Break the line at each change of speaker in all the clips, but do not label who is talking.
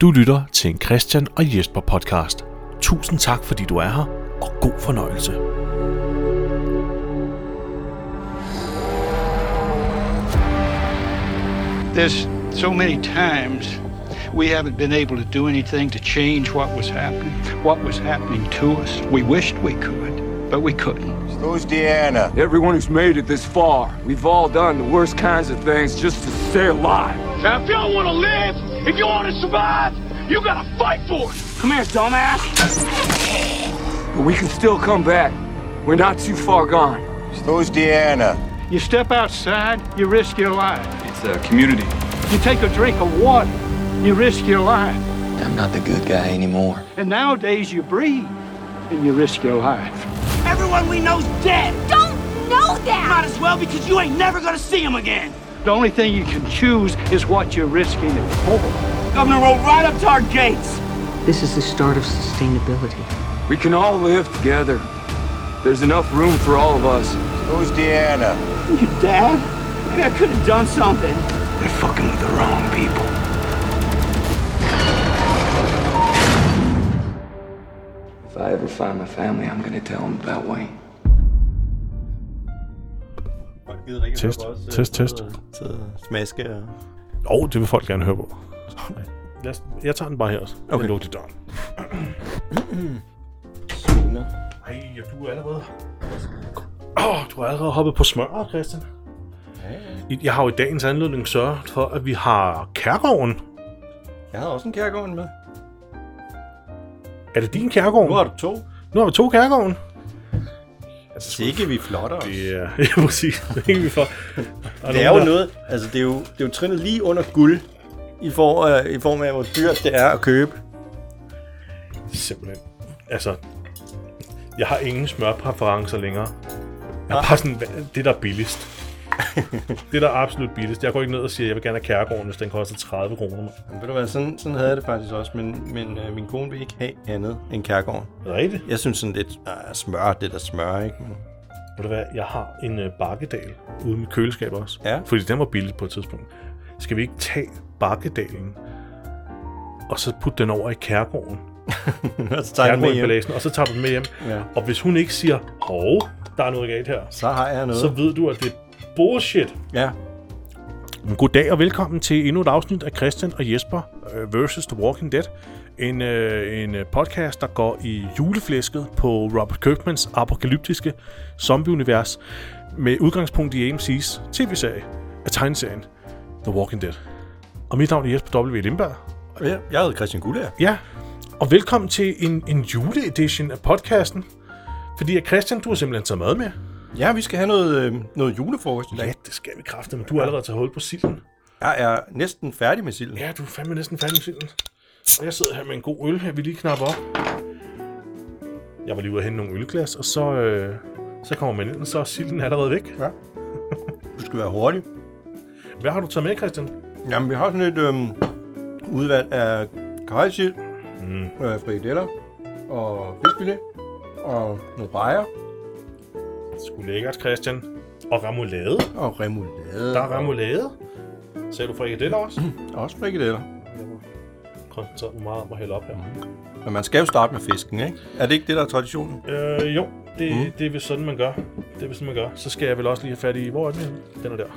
Du lytter til en Christian og Jesper podcast. Tusind tak, fordi du er her, og god fornøjelse.
There's so many times we haven't been able to do anything to change what was happening, what was happening to us. We wished we could, but we couldn't.
Who's Deanna?
Everyone who's made it this far, we've all done the worst kinds of things just to stay alive.
Now, if y'all want to live, if you want to survive, you gotta fight for it.
Come here, dumbass. But we can still come back. We're not too far gone.
Who's Deanna?
You step outside, you risk your life.
It's a community.
You take a drink of water, you risk your life.
I'm not the good guy anymore.
And nowadays you breathe and you risk your life.
Everyone we know's dead.
don't know
Might
that.
as well because you ain't never gonna see him again.
The only thing you can choose is what you're risking it for.
Governor rode right up to our gates.
This is the start of sustainability.
We can all live together. There's enough room for all of us.
Who's Deanna?
Your dad? Maybe I could have done something.
They're fucking with the wrong people. If I ever find my family, I'm gonna tell them about Wayne.
Test, test, test.
Så øh, smaske og...
Og oh, det vil folk gerne høre på. Lad os, jeg tager den bare her også. Okay. Jeg lukker døren. Ej, og du er allerede... Åh, oh, du er allerede hoppet på smør, Christian. I- Jeg har jo i dagens anledning sørget for, at vi har kærgården.
Jeg havde også en kærgården med.
Er det din kærgård?
Nu har du to.
nu har vi to kærgården.
Altså, ikke vi flotter os. Det,
Ja, ja præcis. Det er, vi for. Og
det er jo noget, altså det er jo, det er jo trinnet lige under guld, i, for, øh, i form af, hvor dyrt det er at købe.
Simpelthen. Altså, jeg har ingen smørpræferencer længere. Jeg er bare sådan, hvad- det der er billigst. det der er absolut billigst. Jeg går ikke ned og siger, at jeg vil gerne have kærgården, hvis den koster 30 kroner. mand.
Men ved du hvad, sådan, sådan havde jeg det faktisk også, men, men øh, min kone vil ikke have andet end kærgården.
Er det rigtigt?
Jeg synes sådan lidt, nej, smør, det der smør, ikke? Men,
Ved du hvad, jeg har en øh, bakkedal ude med køleskab også.
Ja.
Fordi den var billig på et tidspunkt. Skal vi ikke tage bakkedalen, og så putte den over i kærgården?
og så tager jeg med hjem,
Kærgården og så tager du den med hjem.
Ja.
Og hvis hun ikke siger, hov, der er noget galt her,
så har jeg noget.
så ved du, at det er bullshit.
Ja,
God dag og velkommen til endnu et afsnit af Christian og Jesper øh, versus The Walking Dead. En, øh, en øh, podcast, der går i juleflæsket på Robert Kirkmans apokalyptiske zombieunivers med udgangspunkt i AMC's tv-serie af tegneserien The Walking Dead. Og mit navn er Jesper W. Lindberg.
ja. jeg hedder Christian Guldager.
Ja, og velkommen til en, en juleedition af podcasten. Fordi at Christian, du har simpelthen taget mad med.
Ja, vi skal have noget, øh, noget julefrokost i dag.
Ja, det skal vi kræfte, men du har allerede taget hul på silden.
Jeg er næsten færdig med silden.
Ja, du er fandme næsten færdig med silden. Og jeg sidder her med en god øl, her vi lige knapper op. Jeg var lige ude og hente nogle ølglas, og så, øh, så kommer man ind, og så er silden allerede væk.
Du skal være hurtig.
Hvad har du taget med, Christian?
Jamen, vi har sådan et øhm, udvalg af kajsild, mm. øh, frikadeller og fiskfilet og nogle rejer
Sgu lækkert, Christian. Og remoulade.
og remoulade.
Der er remoulade. Sagde du frikadeller også?
Og også frikadeller.
Koncentrerer du meget om at hælde op her.
Men man skal jo starte med fisken, ikke? Er det ikke det, der er traditionen?
Øh, jo, det, mm. det er vist sådan, man gør. Det er vist sådan, man gør. Så skal jeg vel også lige have fat i... Hvor er den henne? Den er der.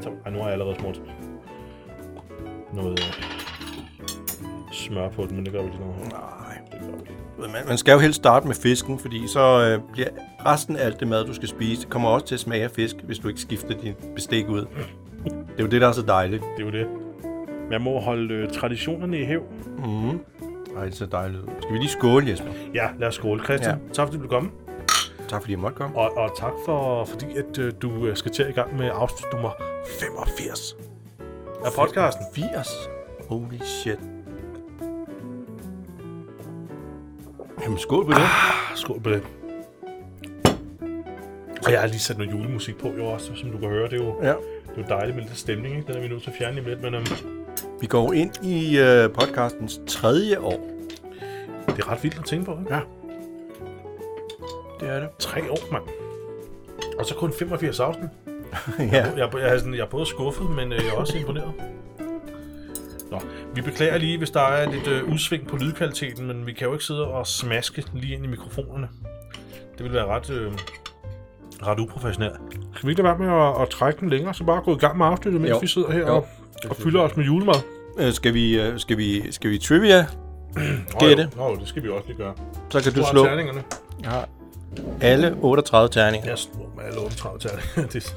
Så, ej, nu har jeg allerede smurt noget øh, smør på den, men det gør vi lige nu. Nej, det gør vi lige.
Man, man skal jo helst starte med fisken, fordi så øh, bliver resten af alt det mad, du skal spise, det kommer også til at smage af fisk, hvis du ikke skifter din bestik ud. Det er jo det, der er så dejligt.
Det er jo det. Man må holde øh, traditionerne i hæv.
Ej, det er så dejligt. ud. Skal vi lige skåle, Jesper?
Ja, lad os skåle, Christian. Ja. Tak fordi du kom.
Tak fordi jeg måtte komme.
Og, og tak for, fordi at, øh, du øh, skal til i gang med afsnit nummer 85 af podcasten.
80. Holy shit. Jamen, skål på det.
Ah, Skål på det. Og jeg har lige sat noget julemusik på, jo også, som du kan høre. Det er jo,
Ja.
det er jo dejligt med lidt stemning, ikke? Den er vi nødt til at fjerne lige om lidt, men øhm,
Vi går jo ind i øh, podcastens tredje år.
det er ret vildt at tænke på, ikke?
Ja. Det er det.
Tre år, mand. Og så kun 85 afsnit.
ja.
Jeg, jeg, er sådan, jeg er både skuffet, men øh, jeg er også imponeret. Nå, vi beklager lige, hvis der er lidt øh, udsving på lydkvaliteten, men vi kan jo ikke sidde og smaske lige ind i mikrofonerne. Det ville være ret, øh, ret uprofessionelt. Skal vi ikke lade være med at, at trække den længere, så bare gå i gang med afsnittet, mens
Jo.
vi sidder her
Jo.
og, og fylder os med julemad?
Øh, skal, vi, øh, skal, vi, skal vi trivia?
Nå,
Det er
jo.
det.
Nå, jo, det skal vi også lige gøre.
Så kan du
Hvor er
slå
terningerne?
alle 38 terninger.
Jeg slår med alle 38 terninger. Det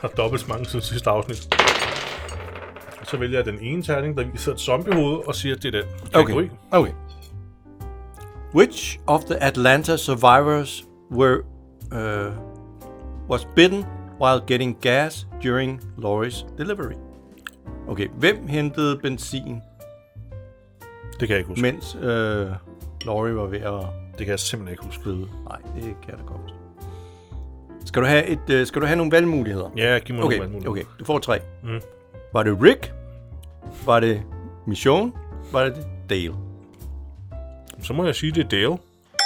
har dobbelt så mange siden sidste afsnit. Og så vælger jeg den ene terning, der viser et zombiehoved, og siger, at det er den. Kategori.
Okay. Okay. Which of the Atlanta survivors were uh, was bitten while getting gas during Lorries delivery? Okay, hvem hentede benzin,
Det kan jeg ikke huske. Men...
mens øh, Laurie var ved at
Det kan jeg simpelthen ikke huske.
føde? Nej, det kan jeg da godt. forstå. Skal du have, et, øh, skal du have nogle valgmuligheder?
Ja, giv mig nogle
Okay,
valgmuligheder.
okay, du får tre. Mm. Var det Rick? Var det Mission? Var det Dale?
Så må jeg sige, at det er Dale.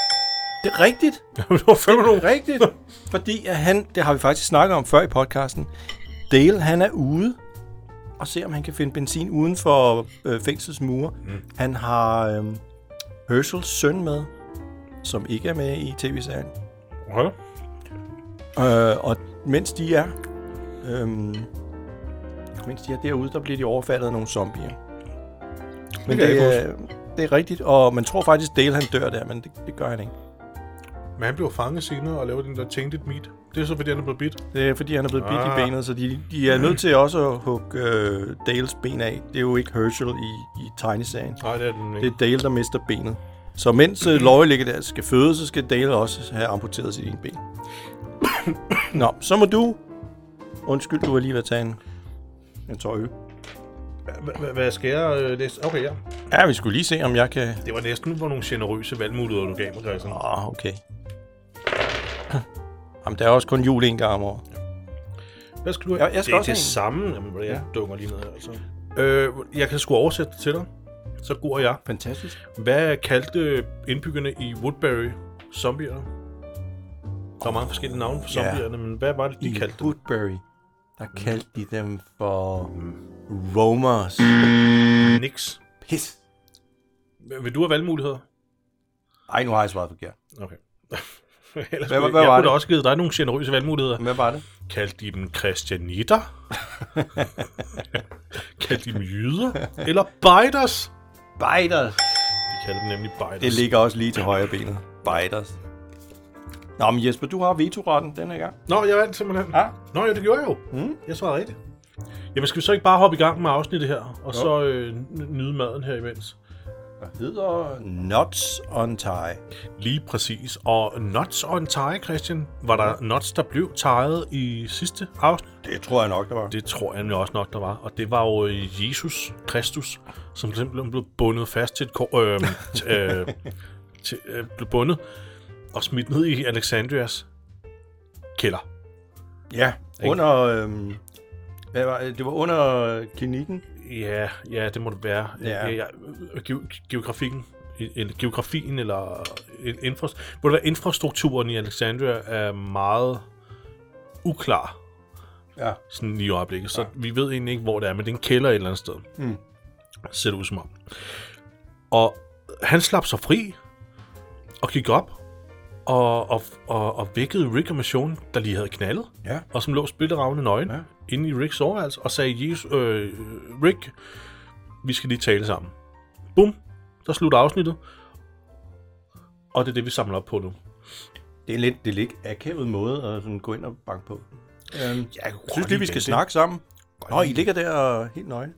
Det er rigtigt!
det var fem minutter.
Rigtigt. Fordi at han, det har vi faktisk snakket om før i podcasten, Dale han er ude og ser, om han kan finde benzin uden for øh, fængslets mure. Mm. Han har øh, Herschels søn med, som ikke er med i tv-serien.
Okay.
Øh, og mens de er øh, mens de er derude, der bliver de overfaldet af nogle zombier. Men
jeg
det,
ikke
det, er, det er rigtigt, og man tror faktisk, Dale han dør der, men det, det gør han ikke.
Men han blev fanget senere og lavede den der tainted meat. Det er så, fordi han er blevet bidt.
Det er, fordi han er blevet bidt
Ah.
i benet, så de, de er nødt til også at hugge øh, Dales ben af. Det er jo ikke Herschel i, i tegneserien.
Nej, det er den
Det
ikke.
er Dale, der mister benet. Så mens øh, Laurie ligger der og skal føde, så skal Dale også have amputeret sit ene ben. Nå, så må du... Undskyld, du var lige ved at tage en, en tår øl.
Hva- hva- Hvad skal jeg øh, læse? Okay, ja.
Ja, vi skulle lige se, om jeg kan...
Det var næsten for nogle generøse valgmuligheder, du gav mig, Christian.
Åh, okay. Jamen, der er også kun jul en gang om året.
Hvad skal du
Jeg- jeg skal
det er
også
det
have en.
samme. Jamen, jeg ja. dunger lige ned her. Altså. Øh, jeg kan sgu oversætte det til dig. Så god er jeg.
Fantastisk.
Hvad kaldte indbyggerne i Woodbury zombierne? Der er mange forskellige navne for
Ja.
zombierne, men hvad var det, de
I
kaldte dem?
Woodbury, der kaldte de dem for Romers.
Nix.
Pis.
Vil du have valgmuligheder?
Ej, nu har jeg svaret forkert.
Okay. Ellers,
Hvad-
hvad,
hvad
jeg
var
kunne
det?
da også givet dig nogle generøse valgmuligheder.
Hvad var det?
Kaldte de dem christianitter? Kaldte de dem jyder? Eller biters?
Biters.
De kaldte dem nemlig biters.
Det ligger også lige til højre benet. Biters. Nå, men Jesper, du har vetoretten denne gang.
Nå, jeg vandt simpelthen.
Ja.
Nå, ja, det gjorde jeg jo. Mm. Jeg svarede rigtigt. Jamen, skal vi så ikke bare hoppe i gang med afsnittet her, og så øh, n- nyde maden her imens?
Hvad hedder Nuts on Tie?
Lige præcis. Og nuts on tie, Christian. Var der nuts, der blev tejet i sidste afsnit?
Det tror jeg nok, der var.
Det tror jeg nemlig også nok, der var. Og det var jo Jesus Kristus, som simpelthen blev bundet fast til et kor, øh, t- øh, til, øh, blev bundet og smidt ned i Alexandrias kælder.
Ja, under... Øhm, hvad var, det? det var under øh, klinikken.
Ja, ja, det må det være.
Ja.
Ja. Ja, ge- geografikken, i- eller geografien, eller in- infra, må det være, infrastrukturen i Alexandria er meget uklar
Ja.
sådan lige i øjeblikket. Så vi ved egentlig ikke, hvor det er, men det er en kælder et eller andet sted. Mm. Ser det ud som om. Og han slap sig fri, og gik op, og, og, og, og vækkede Rick og Mission, der lige havde knaldet,
Ja.
og som lå splitteravne nøgen
Ja.
ja. inde i Ricks overværelse, og sagde, Jesus, øh, Rick, vi skal lige tale sammen. Bum, der slutter afsnittet, og det er det, vi samler op på nu.
Det er lidt, det er lidt akavet måde at sådan gå ind og banke på. Øhm, jeg synes
godt
lige, vi
lide
skal
det.
snakke sammen. Nå, I ligger der og helt nøgne.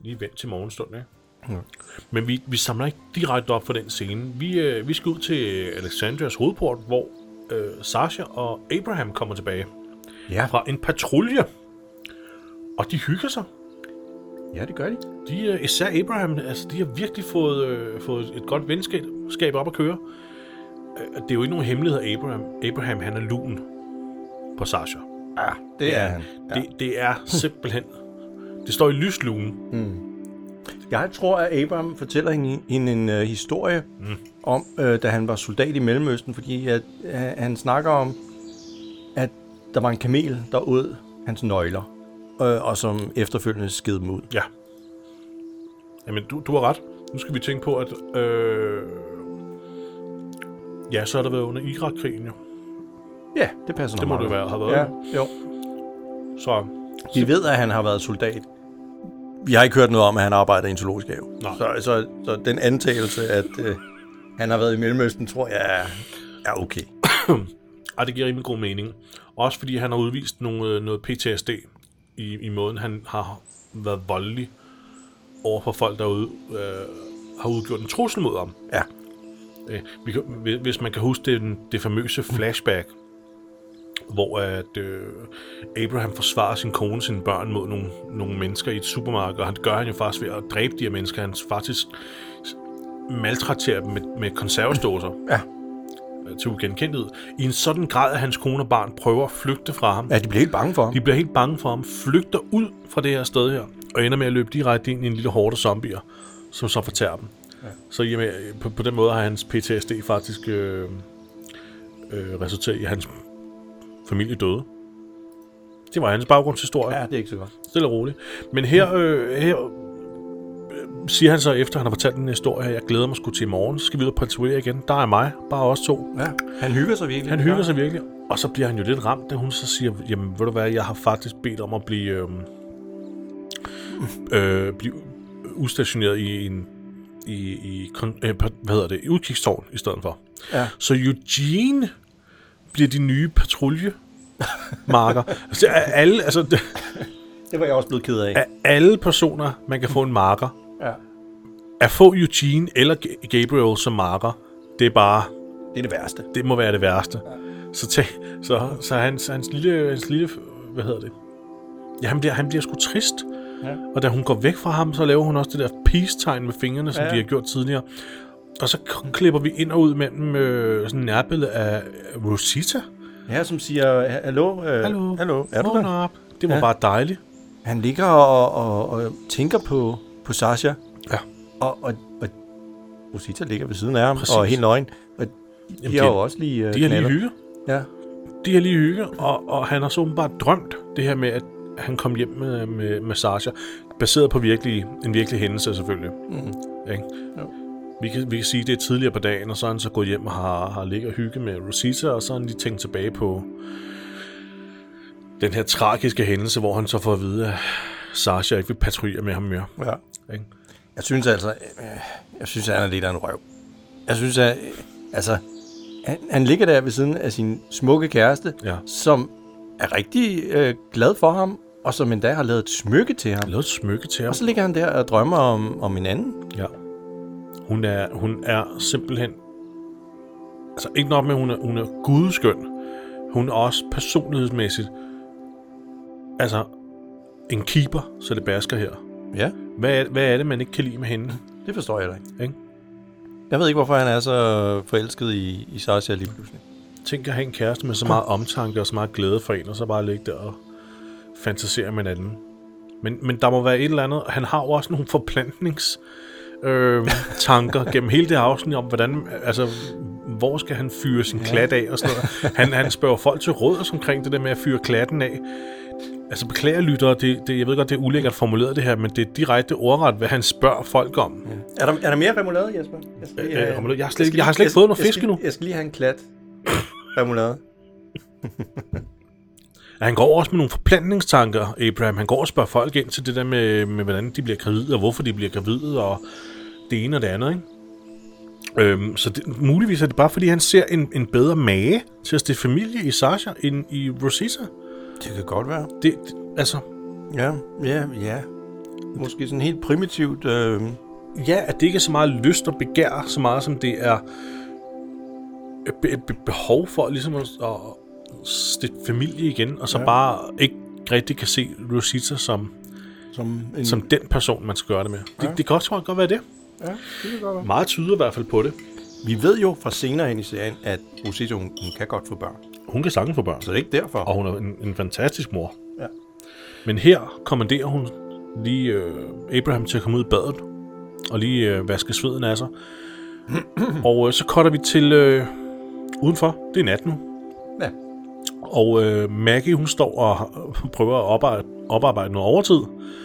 lige vent til morgenstunden, ikke? Men vi, vi samler ikke direkte op for den scene. Vi, øh, vi skal ud til Alexandrias hovedport, hvor øh, Sasha og Abraham kommer tilbage
Ja.
fra en patrulje. Og de hygger sig.
ja, det gør de.
De, øh, især Abraham, altså, de har virkelig fået, øh, fået et godt venskab skab op at køre. Øh, Det er jo ikke nogen hemmelighed, Abraham, Abraham han er lun på Sasha.
Det er han.
Ja. Det, det er simpelthen... det står i lyslugen.
Jeg tror, at Abraham fortæller hende, hende en øh, historie mm. om, øh, da han var soldat i Mellemøsten, fordi at, øh, han snakker om, at der var en kamel, der åd hans nøgler, øh, og som efterfølgende sked dem ud.
Ja. Jamen, du, du har ret. Nu skal vi tænke på, at... Øh... Ja, så har der været under Irak-krigen jo.
Ja, det passer
Det
nok
må
meget
det
godt.
være, har været.
Ja, jo.
Så
Vi ved, at han har været soldat. Vi har ikke hørt noget om, at han arbejder i en zoologisk have.
Nej.
Så, så, så den antagelse, at øh, han har været i Mellemøsten, tror jeg er, er okay.
Og det giver rimelig god mening. Også fordi han har udvist nogle, øh, noget PTSD i, i måden, han har været voldelig over for folk, der ude, øh, har udgjort en trussel mod ham.
Ja.
Øh, vi kan- hvis- hvis man kan huske det, det famøse flashback, hvor at, øh, Abraham forsvarer sin kone og sine børn mod nogle, nogle mennesker i et supermarked, og han det gør han jo faktisk ved at dræbe de her mennesker. Han faktisk maltraterer dem med, med konserveståser øh, til ugenkendelighed, i en sådan grad, at hans kone og barn prøver at flygte fra ham.
Ja, de bliver helt bange for ham.
De bliver helt bange for ham, flygter ud fra det her sted her, og ender med at løbe direkte ind i en lille hårde zombier, som så fortærer dem. Ja. Så jamen, på, på den måde har hans PTSD faktisk øh, øh, resulteret i, at hans familie døde. Det var hans baggrundshistorie
det er ikke så godt.
stille og roligt. Men her, øh, her øh, siger han så, efter han har fortalt den historie, at jeg glæder mig sgu til i morgen, så skal vi ud og patrulje igen. Der er mig, bare os to.
Ja, han hygger sig virkelig.
Han hygger sig virkelig, og så bliver han jo lidt ramt, da hun så siger, jamen ved du hvad, jeg har faktisk bedt om at blive, øh,
Mm.
øh, blive udstationeret i en i, i kon- øh, pa- hvad hedder det, i udkigstårn i stedet for.
Ja.
Så Eugene bliver de nye patruljemarker. altså, alle, altså,
Det var jeg også blevet ked af.
af alle personer, man kan få en marker.
Ja.
At få Eugene eller Ga- Gabriel som marker, det er bare,
Det er det værste.
det må være det værste. Så, tæ, så, så hans, hans, lille, hans lille, hvad hedder det? Ja, han bliver, han bliver sgu trist. Ja. Og da hun går væk fra ham, så laver hun også det der peace-tegn med fingrene, som ja. de har gjort tidligere. Og så k- klipper vi ind og ud mellem øh, sådan en nærbillede af Rosita.
Ja, som siger, hallo, øh, hallo, er du
Vågn
der?
Op. Det var ja. bare dejligt.
Han ligger og, og, og tænker på, på Sasha,
Ja.
og, og, og Rosita ligger ved siden af ham,
Præcis.
og er helt nøgen. Og de
Jamen,
har
de-
jo også lige øh,
De har lige
knaller.
hygget.
Ja.
de har lige hygget, og, og han har så åbenbart drømt det her med, at han kom hjem med, med, med Sasha, baseret på virkelig, en virkelig hændelse selvfølgelig. Mm. Ikke?
Jo.
Vi, kan, vi kan sige, at det er tidligere på dagen, og så er han så gået hjem og har, har ligget og hygget med Rosita, og så har han lige tænkt tilbage på den her tragiske hændelse, hvor han så får at vide, at Sasha ikke vil patruljere med ham mere.
ja.
Ikke?
Jeg synes altså, øh, jeg synes, han er lidt af en røv. Jeg synes, at, øh, altså, han, han ligger der ved siden af sin smukke kæreste,
Ja.
som er rigtig øh, glad for ham, og som endda har lavet et smykke til ham.
Han lavede et smykke til ham.
Og så ligger han der og drømmer om, om en anden.
Ja. Hun er, hun er simpelthen... Altså, ikke nok med, at hun er, hun er gudskøn. Hun er også personlighedsmæssigt... Altså, en keeper, så det basker her.
Ja,
Hvad er, hvad er det, man ikke kan lide med hende?
det forstår jeg da ikke.
Ikke?
Jeg ved ikke, hvorfor han er så forelsket i, i Sasha lige pludselig.
Tænk at have en kæreste med så meget omtanke og så meget glæde for en, og så bare ligge der og fantasere med en anden. Men, men der må være et eller andet. Han har jo også nogle forplantnings øh, tanker gennem hele det her afsnit om, hvordan, altså, hvor skal han fyre sin klat af og sådan noget. Han, han spørger folk til råd omkring det der med at fyre klatten af. Altså beklager lyttere, det, det, jeg ved godt, det er ulækkert formuleret det her, men det er direkte ordret, hvad han spørger folk om.
Er der, er der mere remoulade, Jesper? Jeg, skal,
Øh, øh, remoulade? Jeg har slet ikke- jeg har slet ikke fået noget fisk
jeg,
endnu.
skal, jeg skal lige have en klat remoulade.
Ja, han går også med nogle forplantningstanker, Abraham. Han går og spørger folk ind til det der med, med hvordan de bliver gravide, og hvorfor de bliver gravide, og det ene og det andet, ikke? Øhm, så det, muligvis er det bare, fordi han ser en, en bedre mage til at stifte familie i Sasha end i Rosita.
Det kan godt være.
Det, det, altså,
Ja, ja, ja. Måske sådan helt primitivt. Øh,
ja, at det ikke er så meget lyst og begær, så meget som det er et be, be, behov for ligesom at, at stifte familie igen, og så ja. bare ikke rigtig kan se Rosita som
som en,
som den person, man skal gøre det med. Ja. Det, det kan også tror jeg, godt være det. Ja, det Meget tyder i hvert fald på det.
Vi ved jo fra senere hen i serien, at Rosita, hun, hun kan godt få børn.
Hun kan sange for børn,
Så det er ikke derfor.
og hun er en, en fantastisk mor.
Ja.
Men her kommanderer hun lige øh, Abraham til at komme ud i badet, og lige øh, vaske sveden af sig. og øh, så cutter vi til øh, udenfor. Det er nat nu.
Ja.
øh, Og øh, Maggie, hun står og prøver at oparbejde, oparbejde noget overtid.
Hun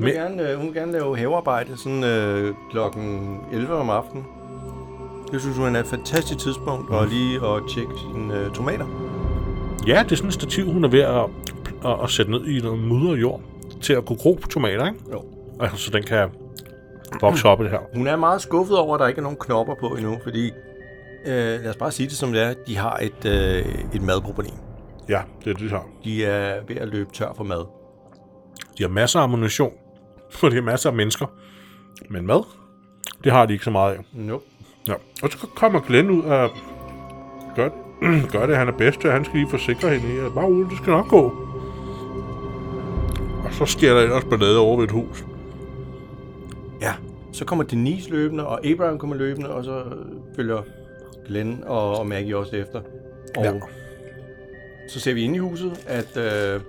vil,
Men-
gerne, øh, hun vil gerne lave havearbejde sådan øh, klokken 11 om aftenen. Mm. Det synes hun er et fantastisk tidspunkt at lige at tjekke sine øh, tomater.
Ja, det er sådan et stativ, hun er ved at, at, at sætte ned i noget mudret jord til at kunne gro tomater, ikke?
Jo.
Altså, så den kan vokse op i det her.
Hun er meget skuffet over, at der ikke er nogen knopper på endnu, fordi øh, lad os bare sige det som det er, de har et, øh, et madproblem.
Ja, det er det, de har.
De er ved at løbe tør for mad.
De har masser af ammunition, og de har masser af mennesker. Men mad, det har de ikke så meget af.
Nope.
Ja. Og så kommer Glenn ud og gør, gør det, han er bedst til. Han skal lige forsikre hende i, at bare uden, det skal nok gå. Og så sker der ellers ballade over ved et hus.
Ja, så kommer Denise løbende, og Abraham kommer løbende, og så øh, følger Glenn og, og Maggie også efter. Og
Ja.
ja. så ser vi inde i huset, at øh,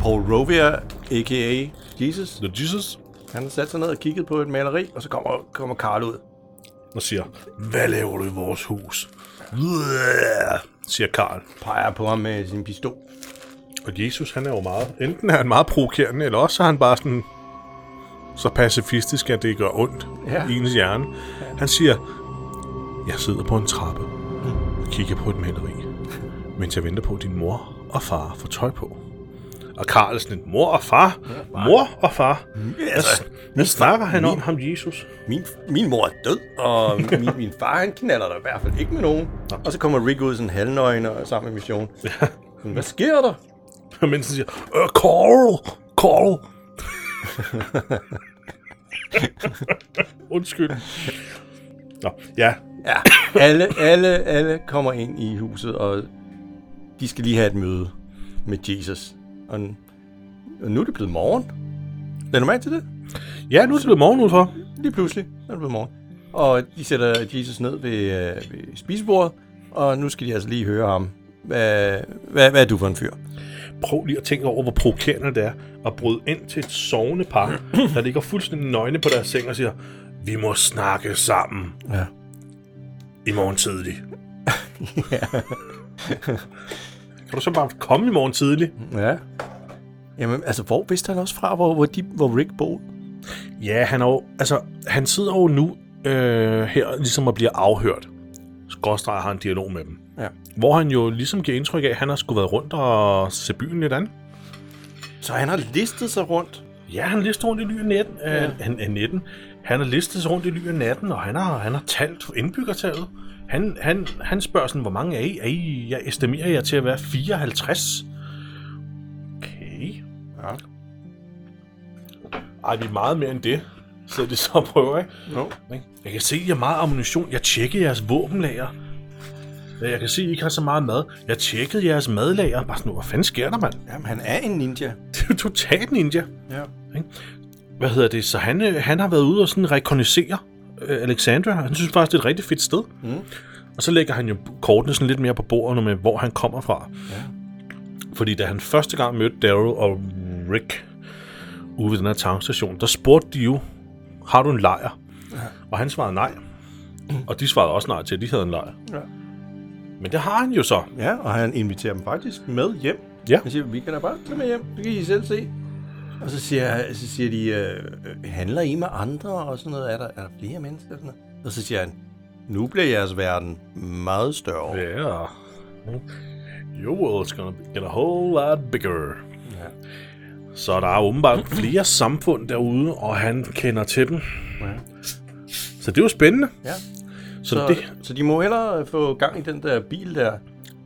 Paul Rovia, a.k.a. Jesus,
The Jesus
han har sat sig ned og kigget på et maleri, og så kommer, kommer Karl ud.
og siger, hvad laver du i vores hus? Uæh, siger Karl.
Peger på ham med sin pistol.
Og Jesus, han er jo meget... Enten er han meget provokerende, eller også er han bare sådan... Så pacifistisk, at det gør ondt
Ja.
i ens hjerne. Han siger, jeg sidder på en trappe og kigger på et maleri, mens jeg venter på, at din mor og far får tøj på. Og Karl er sådan lidt, mor og far? Mor og far?
Altså,
Hvad snakker han om, ham Jesus?
min, min mor er død, og min, min far, han knaller der i hvert fald ikke med nogen. Og så kommer Rick ud sådan halvnøgen og sammen med Mission. Sådan, Hvad sker der?
Og mens han siger, øh, Carl! Carl! Undskyld. Nå, ja,
Ja, alle, alle, alle kommer ind i huset, og de skal lige have et møde med Jesus. Og, og nu er det blevet morgen. Lad du mærke til det?
Ja, nu er det blevet morgen udenfor.
Lige pludselig er det blevet morgen. Og de sætter Jesus ned ved, øh, ved spisebordet, og nu skal de altså lige høre ham. Hvad, hvad, hvad er du for en fyr?
Prøv lige at tænke over, hvor provokerende det er at bryde ind til et sovende par, der ligger fuldstændig nøgne på deres seng og siger, vi må snakke sammen
Ja.
i morgen tidlig. kan du så bare komme i morgen tidlig?
Ja. Jamen, altså, hvor vidste han også fra, hvor, hvor, de, hvor Rick boede?
Ja, han, er jo, altså, han sidder jo nu øh, her ligesom og bliver afhørt. Skråstrej har en dialog med dem.
Ja.
Hvor han jo ligesom giver indtryk af, at han har skulle været rundt og se byen lidt an.
Så han har listet sig rundt.
Ja, han lister rundt i ly af natten. Ja. øh, Han, han, natten. han har listet sig rundt i ly af natten, og han har, han har talt indbyggertallet. Han, han, han spørger sådan, hvor mange er I? Er I? Jeg estimerer jer til at være 54. Okay.
Ja.
Ej, vi er meget mere end det. Så det så prøver, ikke?
Jo.
Ikke? Jeg kan se, I har meget ammunition. Jeg tjekker jeres våbenlager. Ja, Jeg kan se, I ikke har så meget mad. Jeg tjekkede jeres madlager. Bare sådan, hvad fanden sker der, mand?
Jamen, han er en ninja.
Det er jo totalt ninja.
Ja.
hvad hedder det, så han, øh, han har været ude og sådan rekognosere øh, Alexandra. Han synes faktisk, det er et rigtig fedt sted. Mm. Og så lægger han jo kortene sådan lidt mere på bordet med, hvor han kommer fra. Ja. Fordi da han første gang mødte Daryl og Rick ude ved den her tankstation, der spurgte de jo, har du en lejr? Ja. Og han svarede nej. Og de svarede også nej til, at de havde en lejr.
Ja.
Men det har han jo så.
Ja, og han inviterer dem faktisk med hjem.
Ja.
Han siger, vi kan da bare tage med hjem, det kan I selv se. Og så siger, så siger de, øh, handler I med andre og sådan noget? Er der, er der flere mennesker? Sådan noget? Og så siger han, nu bliver jeres verden meget større. Ja.
Yeah. Your world's gonna get a whole lot bigger.
Ja.
Så der er åbenbart flere samfund derude, og han kender til dem.
Ja.
Så det er jo spændende.
Ja.
Så,
Så,
så det,
så de må hellere øh, få gang i den der bil der.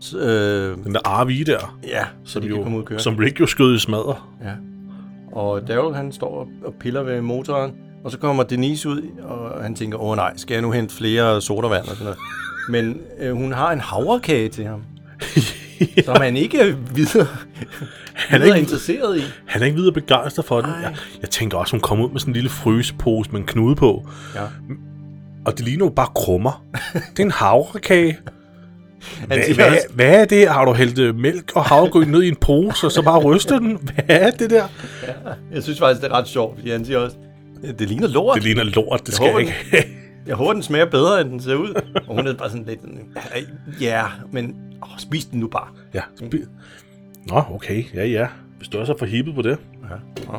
Så, øh,
den der RV der,
ja, så
som,
de kan komme ud
jo,
og køre.
som Rick jo skød i smadret.
Ja. Og Daryl, han står og- og piller ved motoren, og så kommer Denise ud, og han tænker, åh nej, skal jeg nu hente flere sodavand og sådan noget. Men øh, hun har en havrekage til ham, ja. som han ikke er videre,
er
han er ikke
ikke-
interesseret i.
Han er ikke videre begejstret for den.
Ej.
Jeg, jeg tænker også, hun kom ud med sådan en lille frysepose med en knude på.
Ja.
Og det ligner jo bare krummer. det er en havrekage.
Han
Hva,
siger
hvad,
også-
hvad er det? Har du hældt øh, mælk og havregryn ned i en pose, og så bare rystet den? Hvad er det der?
Jeg synes faktisk, det er ret sjovt, fordi han siger også, det ligner lort.
Det ligner lort, det skal
håber
jeg ikke have.
Jeg håber, den smager bedre, end den ser ud. Og hun er bare sådan lidt, sådan, ja, yeah, men åh, spis den nu bare.
Ja. Spi- Nå, okay. Ja, ja. Hvis du også er for hippet på det.
Ja. Nå.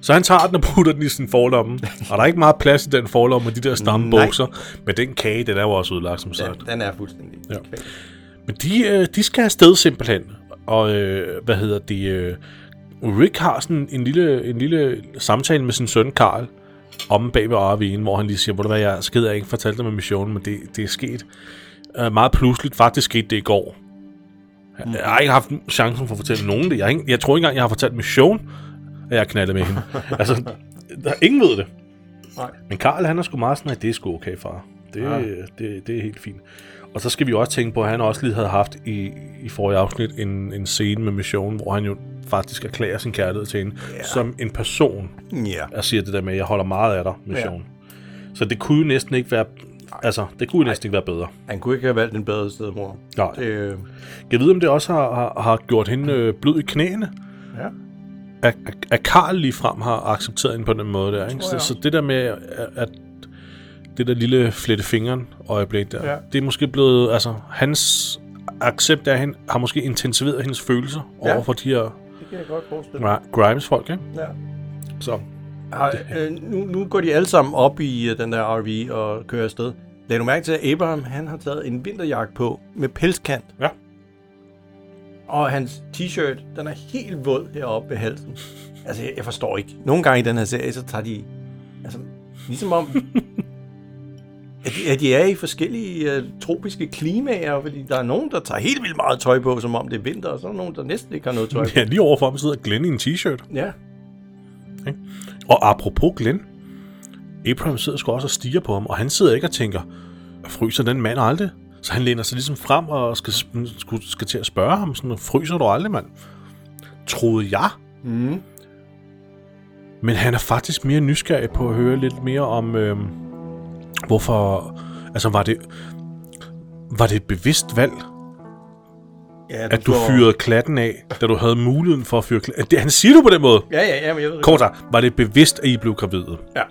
Så han tager den og putter den i sin forlomme. Og der er ikke meget plads i den forlomme med de der stammebukser. Men den kage, den er jo også udlagt, som sagt.
Den, den er fuldstændig.
Ja.
Ja.
Men de, øh, de skal afsted simpelthen. Og øh, hvad hedder det? Øh, Rick har sådan en lille, en lille samtale med sin søn Karl om bag ved Arvin, hvor han lige siger, hvor det var, jeg er sked, jeg ikke fortalte dig med missionen, men det, det er sket øh, meget pludseligt. Faktisk skete det i går. Jeg, jeg har ikke haft chancen for at fortælle nogen det. Jeg, har ikke, jeg tror ikke engang, jeg har fortalt mission, at jeg er knaldet med hende. altså, der, ingen ved det.
Nej.
Men Karl, han er sgu meget sådan, at det er sgu okay, far. Det, ja. det, det er helt fint. Og så skal vi jo også tænke på, at han også lige havde haft i, i forrige afsnit en, en scene med missionen, hvor han jo faktisk erklærer sin kærlighed til hende yeah. som en person,
ja.
og siger det der med, at jeg holder meget af dig, missionen. Så det kunne jo næsten ikke være, altså, det kunne jo næsten ikke være bedre.
Han kunne ikke have valgt en bedre stedmor.
Nej.
Det, øh,
Jeg ved, om det også har, har, har gjort hende øh, blød i knæene.
Ja.
At, at, at Karl ligefrem har accepteret hende på den måde der. Ikke? Så, så det der med, at, at det der lille flette fingeren øjeblik der,
Ja.
det er måske blevet, altså hans accept af hende, har måske intensiveret hendes følelser
Ja.
ja. over for de her
det kan jeg godt forestille
Gri- Grimes folk, ikke?
Ja.
Så
Har, øh, nu, nu går de alle sammen op i øh, den der RV og kører afsted. Lad du mærke til, at Abraham han har taget en vinterjakke på med pelskant.
Ja.
Og hans t-shirt, den er helt våd heroppe ved halsen. Altså, jeg, jeg forstår ikke. Nogle gange i den her serie, så tager de... Altså, ligesom om... at, de, at de er i forskellige øh, tropiske klimaer, fordi der er nogen, der tager helt vildt meget tøj på, som om det er vinter, og så er der nogen, der næsten ikke har noget tøj på.
ja, lige overfor ham sidder Glenn i en t-shirt.
Ja.
Og apropos Glenn, Abraham sidder sgu også og stiger på ham, og han sidder ikke og tænker, fryser den mand aldrig? Så han læner sig ligesom frem og skal, skal, skal til at spørge ham, sådan, fryser du aldrig, mand? Troede jeg. Mm. Men han er faktisk mere nysgerrig på at høre lidt mere om, øh, hvorfor, altså var det, var det et bevidst valg,
ja
at du
får-
fyrede klatten af, da du havde muligheden for at fyre klatten? Det, han siger du på den måde.
Ja, ja, ja, men jeg ved det
Kort sagt, var det bevidst, at I blev gravide?
Ja.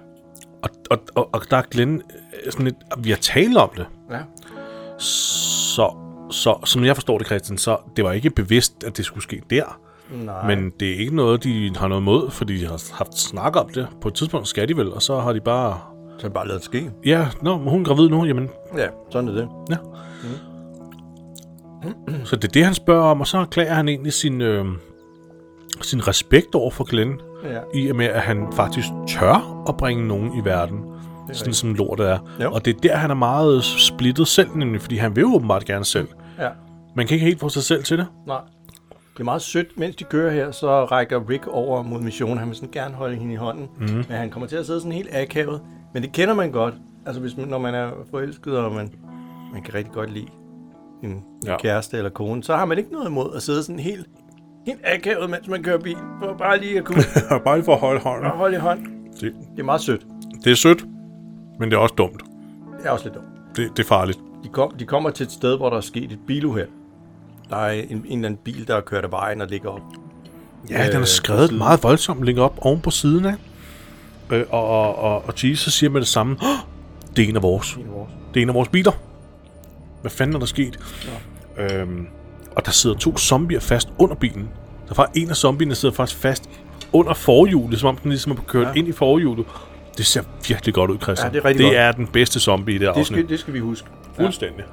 Og, og, og, og der er Glenn øh, sådan lidt, vi har talt om det,
Ja.
så, så som jeg forstår det, Christian, så det var ikke bevidst, at det skulle ske der.
Nej.
Men det er ikke noget, de har noget mod, fordi de har haft snak om det. På et tidspunkt skal de vel, og så har de bare...
Så bare lad det ske.
Ja, nå, men hun er gravid nu, jamen...
Ja, sådan er det.
Ja. Så det er det, han spørger om, og så erklærer han egentlig sin, øh, sin respekt over for Glenn.
Ja.
i og med, at han faktisk tør at bringe nogen i verden. Sådan som lortet er.
Jo.
Og det er der, han er meget splittet selv, nemlig, fordi han vil jo åbenbart gerne selv.
ja.
Man kan ikke helt få sig selv til det.
Nej. Det er meget sødt. Mens de kører her, så rækker Rick over mod missionen. Han vil sådan gerne holde hende i hånden. Mm. Men han kommer til at sidde sådan helt akavet. Men det kender man godt. Altså, hvis man, når man er forelsket, og man, man kan rigtig godt lide en
Ja.
ja. kæreste eller kone, så har man ikke noget imod at sidde sådan helt, helt akavet, mens man kører bil. For bare lige at kunne
Bare lige for at holde hånden.
bare holde i hånden.
Det,
Det er meget sødt.
det er sødt, men det er også dumt.
Det er også lidt dumt.
Det, det er farligt.
De, kom, de kommer til et sted, hvor der er sket et biluheld. Der er en, en eller anden bil, der er kørt af vejen og ligger op.
Ja, øh, den
på
er skrevet
siden.
meget voldsomt længere op oven på siden af. Øh, og, og, og, og Jesus siger med det samme, "Åh, det er en af vores.
En af vores.
Det er en af vores biler. Hvad fanden er der sket? Ja. Øhm, og der sidder to zombier fast under bilen. Der var en af zombierne, der sidder faktisk fast under forhjulet, som om den ligesom er kørt ja. ind i forhjulet. Det ser virkelig godt ud, Christian.
Ja, det er rigtig
det
godt.
er den bedste zombie i det, her
Det
afsnit.
skal, det skal vi huske.
Fuldstændig.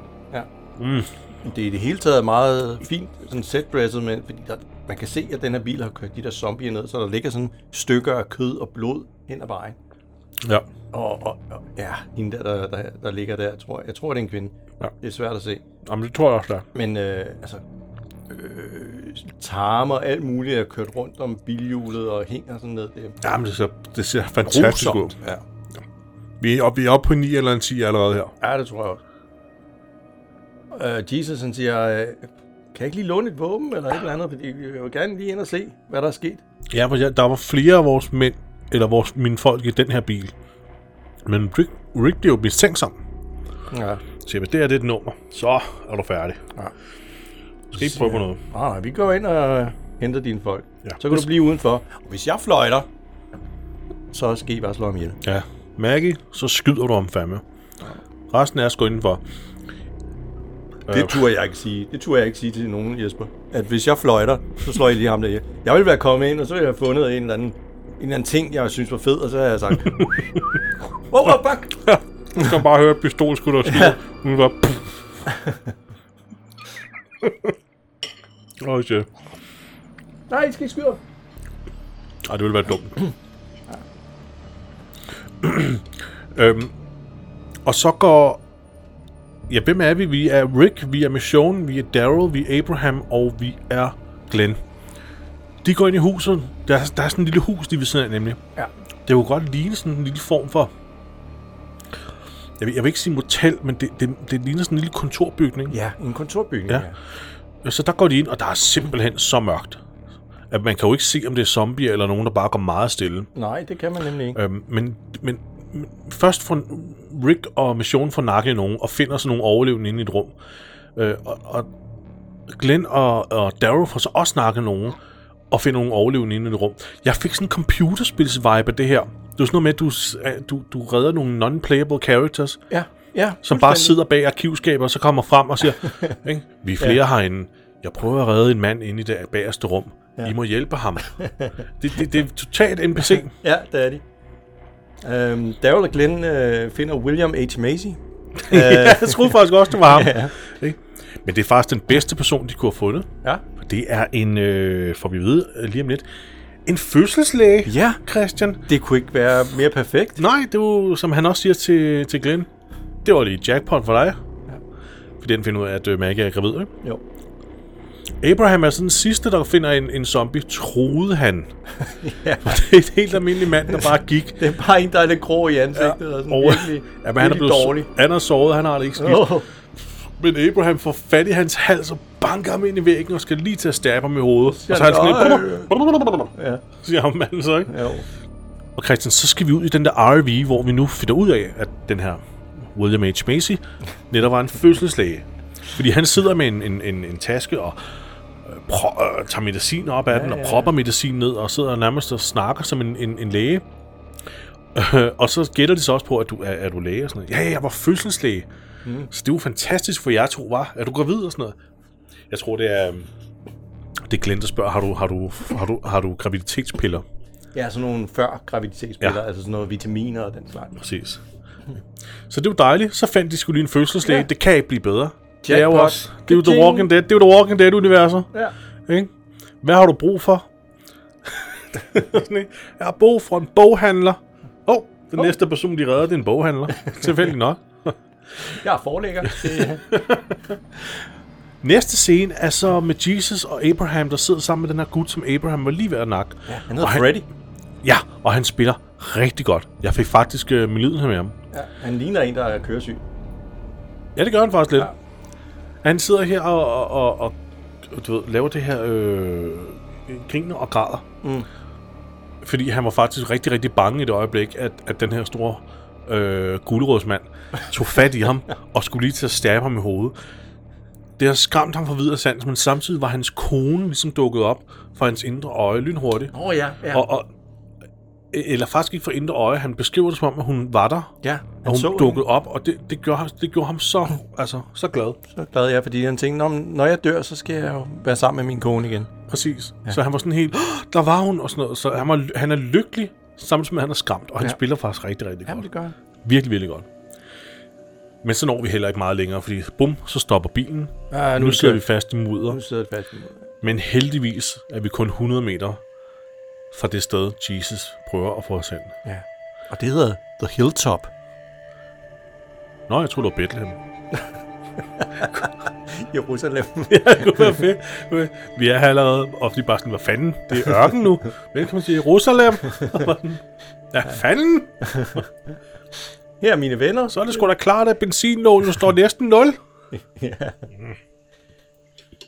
Det er i det hele taget meget fint sådan setdresset, men fordi der, man kan se, at den her bil har kørt de der zombier ned, så der ligger sådan stykker af kød og blod hen ad vejen.
Ja. ja.
Og, og, og ja, hende der, der, der, der ligger der, jeg tror jeg, tror, det er en kvinde.
Ja.
Det er svært at se.
Jamen, det tror jeg også, der.
Men øh, altså, øh, tarme og alt muligt er kørt rundt om bilhjulet og hænger sådan ned. Det er
Jamen, det ser, det ser fantastisk ud.
grusomt. Ja.
Vi er, oppe, vi er oppe på 9 eller en 10 allerede her.
Ja, det tror jeg også. Øh, Jesus, han siger, øh, kan jeg ikke lige låne et våben eller et eller andet, fordi jeg vil gerne lige ind og se, hvad der er sket.
Ja, for jeg, der var flere af vores mænd, eller vores, mine folk i den her bil. Men Rick, Rick bliver jo mistænksom.
Ja.
Siger, hvis det her det er et nummer, så er du færdig. Ja. Skal ikke prøve på noget.
Ah, nej, vi går ind og øh, henter dine folk.
Ja.
Ja. Så kan du blive udenfor. Og hvis jeg fløjter, så skal I bare slå ham ihjel.
Ja. Maggie, så skyder du om fandme. Resten er sgu indenfor.
Det turde jeg ikke sige. Det turde jeg ikke sige til nogen, Jesper. At hvis jeg fløjter, så slår I lige ham der ihjel. Jeg ville være kommet ind, og så ville jeg have fundet en eller anden eller anden ting, jeg synes var fed, og så har jeg sagt... wow, wow, fuck!
Nu skal man bare høre et pistolskud og skyde. Hun var... Åh, oh, shit.
Nej, I skal ikke skyde op.
Ej, det ville være dumt. øhm, og så går... Ja, hvem er vi? Vi er Rick, vi er Mission, vi er Daryl, vi er Abraham, og vi er Glenn. De går ind i huset. Der er, der er sådan et lille hus, de ved siden af, nemlig.
Ja.
Det kunne godt ligne sådan en lille form for... Jeg vil, jeg vil ikke sige motel, men det, det, det ligner sådan en lille kontorbygning.
Ja, en kontorbygning.
Ja. Så der går de ind, og der er simpelthen så mørkt. At man kan jo ikke se, om det er zombier eller nogen, der bare går meget stille.
Nej, det kan man nemlig ikke.
Øhm, men, men, men først får Rick og missionen får nakket nogen og finder sådan nogle overlevende inde i et rum. Øh, og, og Glenn og, og Darrow får så også nakket nogen og finder nogle overlevende inde i et rum. Jeg fik sådan en computerspils-vibe af det her. Det er sådan noget med, at du, s- at du, du redder nogle non-playable characters,
Ja, ja.
som bare
fuldstændig.
sidder bag arkivskaber og så kommer frem og siger, ikke? vi er flere ja. herinde. Jeg prøver at redde en mand inde i det bagerste rum. Ja. I må hjælpe ham. det, det, det er totalt NPC.
Ja, det er de. Øhm, Daryl og Glenn øh, finder William H. Macy.
ja, jeg troede faktisk også, det var ham. ja. Men det er faktisk den bedste person, de kunne have fundet.
Ja.
For det er en, øh, får vi at vide øh, lige om lidt, en fødselslæge,
Ja.
Christian.
Det kunne ikke være mere perfekt.
Nej, det var, som han også siger til, til Glenn, det var lige jackpot for dig. Ja. For den finder ud af, at øh, Maggie er gravid, ikke?
Jo.
Abraham er sådan den sidste, der finder en, en zombie, troede han. ja. det er en helt almindelig mand, der bare gik.
Det er bare en, der er lidt grå i ansigtet ja. og sådan virkelig,
ja, men han er
virkelig
blevet
dårlig.
Han er såret, han har det ikke skidt.
Åh,
Men Abraham får fat i hans hals og banker ham ind i væggen og skal lige til at stabbe ham i hovedet. Og så er han sådan
han,
lidt... Ja. Siger ham manden så, ikke?
jo.
Og Christian, så skal vi ud i den der RV, hvor vi nu finder ud af, at den her William H. Macy netop var en fødselslæge. Fordi han sidder med en, en, en, en taske og øh, pro- øh, tager medicin op af ja, den og propper medicin ned og sidder nærmest og snakker som en, en, en læge. Øh, og så gætter de så også på, at du er, er du læge og sådan noget. Ja, ja, jeg var fødselslæge. Mm. Så det er jo fantastisk for jer to, var. Er du gravid og sådan noget? Jeg tror, det er... øhm, Det er Glenn, der spørger, har du, har du, har du, har du graviditetspiller?
Ja, sådan nogle før graviditetsspillere,
Ja.
ja. altså sådan noget vitaminer og den slags.
Præcis. Så det var dejligt. Så fandt de skulle lige en fødselslæge. Ja. Det kan ikke blive bedre. Det er jo
Jackpot.
også. Det er jo The
Ka-ching.
Walking Dead. Det er jo The Walking Dead-universet.
Ja.
Ikke? Hvad har du brug for? Sådan, ikke? jeg har brug for en boghandler. Åh, oh, den oh. næste person, de redder, det er en boghandler. Tilfældig nok.
Jeg er forlægger. Det-
Næste scene er så med Jesus og Abraham, der sidder sammen med den her gut, som Abraham var lige ved at nakke. Ja,
Han hedder
og han,
Freddy.
Ja, og han spiller rigtig godt. Jeg fik faktisk øh, min her med ham.
Ja, han ligner en, der er køresyg.
Ja, det gør han faktisk lidt. Ja. Han sidder her og, og, og, og du ved, laver det her øh, griner og græder. Mm. Fordi han var faktisk rigtig, rigtig bange i det øjeblik, at, at den her store øh, guldrådsmand tog fat i ham og skulle lige til at stabbe ham i hovedet. Det har skræmt ham for videre sands, men samtidig var hans kone ligesom dukket op for hans indre øje lynhurtigt.
Åh oh, ja, ja.
Og, og, eller faktisk ikke for indre øje. Han beskriver det som om, at hun var der,
ja
og hun
hende.
dukkede op, og det, det, gjorde, ham- det gjorde ham så, altså, så glad.
Så glad jeg, er, fordi han tænkte, "Nå, men når jeg dør, så skal jeg jo være sammen med min kone igen.
Præcis. Ja. Så han var sådan helt, "Åh, der var hun, og sådan noget. Så han, var, han er lykkelig, samtidig med, at han er skræmt, og han ja.
Ja.
spiller faktisk rigtig, rigtig godt.
gør han.
Virkelig, virkelig godt. Men så når vi heller ikke meget længere, fordi bum, så stopper bilen.
Ja, nu
nu
er
sidder vi
det-
fast i
Nu
mudder.
sidder det fast. i mig.
Men heldigvis er vi kun 100 meter fra det sted, Jesus prøver at få os hen.
Ja. Og det hedder The Hilltop.
Nå, jeg tror det var Bethlehem.
Jerusalem.
det kunne være fedt. Men Vi er her allerede ofte bare sådan, hvad fanden? Det er ørken nu. Velkommen til Jerusalem. Ja, fanden?
Her er mine venner. Så.
Så er det sgu da klart, at benzinlånen står næsten 0. Mm.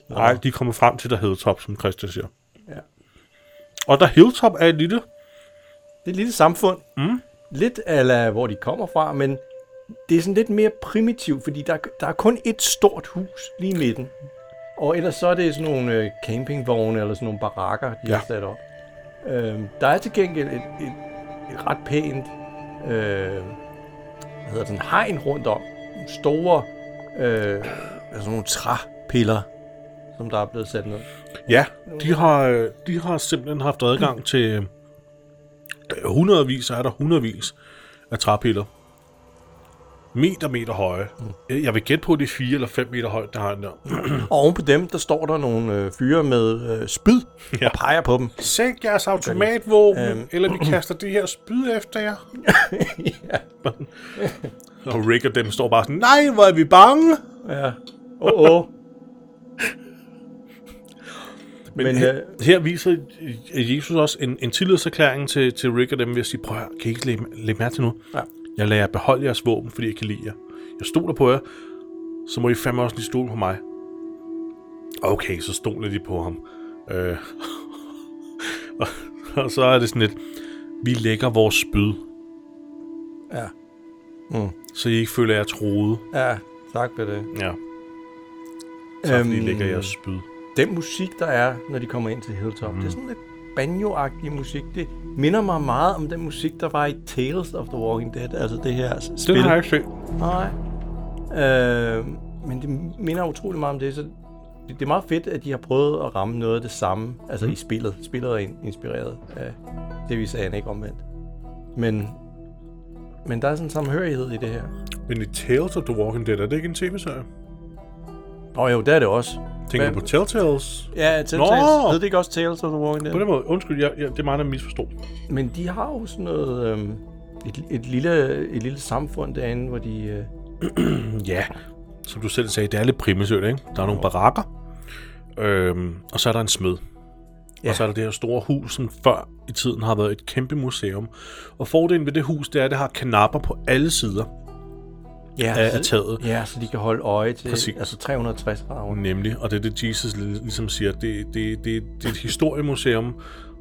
Nej, de kommer frem til der Hilltop, som Christian siger.
Ja.
Og der Hilltop er et lille...
Det er et lille samfund. Mm. Lidt ala, hvor de kommer fra, men det er sådan lidt mere primitivt, fordi der, der er kun et stort hus lige i midten. Og ellers så er det sådan nogle øh, campingvogne eller sådan nogle barakker, de ja.
Ja.
har sat op. Øhm, der er til gengæld et, et, et ret pænt øh, hvad hedder den, hegn rundt om. Nogle Store øh, altså sådan nogle træpiller, som der er blevet sat ned.
Ja, de har, øh, de har simpelthen haft adgang til,
hundredvis, og er der hundredvis af træpiller. Meter, meter høje.
Mm.
Øh, Jeg vil gætte på, at det er 4 eller 5 meter højt, der har den der.
Og oven på dem, der står der nogle øh, fyre med øh, spyd ja. og peger på dem.
Sænk jeres automatvåben,
Øhm.
eller vi kaster det her spyd efter jer. ja. og Rick og dem står bare sådan, nej, hvor er vi bange!
Åh, oh, oh.
Men, Men
Men,
her,
øh,
her viser Jesus også en, en tillidserklæring til, til Rick og dem ved at sige, prøv at høre, kan I ikke lægge, lægge mærke til nu?
Ja.
Jeg lader jer beholde jeres våben, fordi jeg kan lide jer. Jeg stoler på jer, så må I fandme også lige stole på mig. Okay, så stoler de på ham. Øh. og, og så er det sådan lidt, vi lægger vores spyd,
ja,
så I ikke føler jer troede.
ja, tak for det.
Ja, så øhm, fordi I lægger jeres spyd.
den musik, der er, når de kommer ind til Hilltop, mm. det er sådan lidt banjo musik. Det minder mig meget om den musik, der var i Tales of the Walking Dead, altså det her s- spil.
Det har jeg ikke set.
Nej. Øh, men det minder utrolig meget om det, så det, det er meget fedt, at de har prøvet at ramme noget af det samme, altså i spillet. Spillet er in- inspireret af det, vi sagde, ikke omvendt. Men, men der er sådan en samhørighed i det her.
Men i Tales of the Walking Dead, er det ikke en tv-serie?
Nå jo, der er det også.
Tænker du
Hvad-
på Telltales?
Ja, Telltales. Hed det ikke også Tales of the Walking Dead?
På den måde, undskyld, jeg, jeg, det er mig, der misforstod.
Men de har jo sådan noget... Øhm, et, et, lille, et lille samfund derinde, hvor de... Øh,
Ja, som du selv sagde, det er lidt primitivt, ikke? Der er nogle barakker, øhm, og så er der en smed. Ja.
Ja.
Og så er der det her store hus, som før i tiden har været et kæmpe museum. Og fordelen ved det hus, det er, at det har kanapper på alle sider.
ja, altså
af-
så-
af taget.
Ja, så de kan holde øje til...
Præcis.
Altså 360 grader.
Nemlig, og det er det, Jesus lig- ligesom siger, det, det, det, det er et historiemuseum,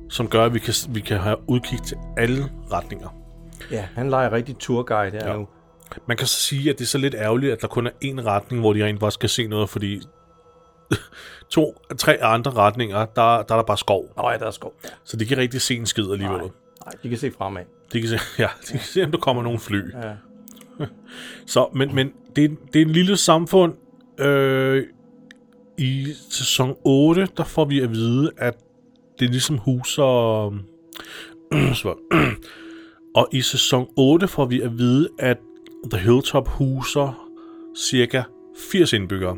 som gør, at vi kan, vi kan have udkig til alle retninger.
Ja, han leger rigtig tourguide her
Ja.
ja. nu.
Man kan så sige, at det er så lidt ærgerligt, at der kun er én retning, hvor de rent faktisk kan se noget, fordi to, tre andre retninger, der, der er der bare skov.
Nå ja, der er skov.
Så de kan ikke rigtig se en skid alligevel.
Nej. Nej, de kan se fremad.
De kan se, ja, de kan se, om der kommer nogle fly. Ja. så, men, men det, er- det er en lille samfund. Øh, I sæson 8, der får vi at vide, at det ligesom huser... Svær. og i sæson 8 får vi at vide, at The Hilltop huser cirka 80 indbyggere.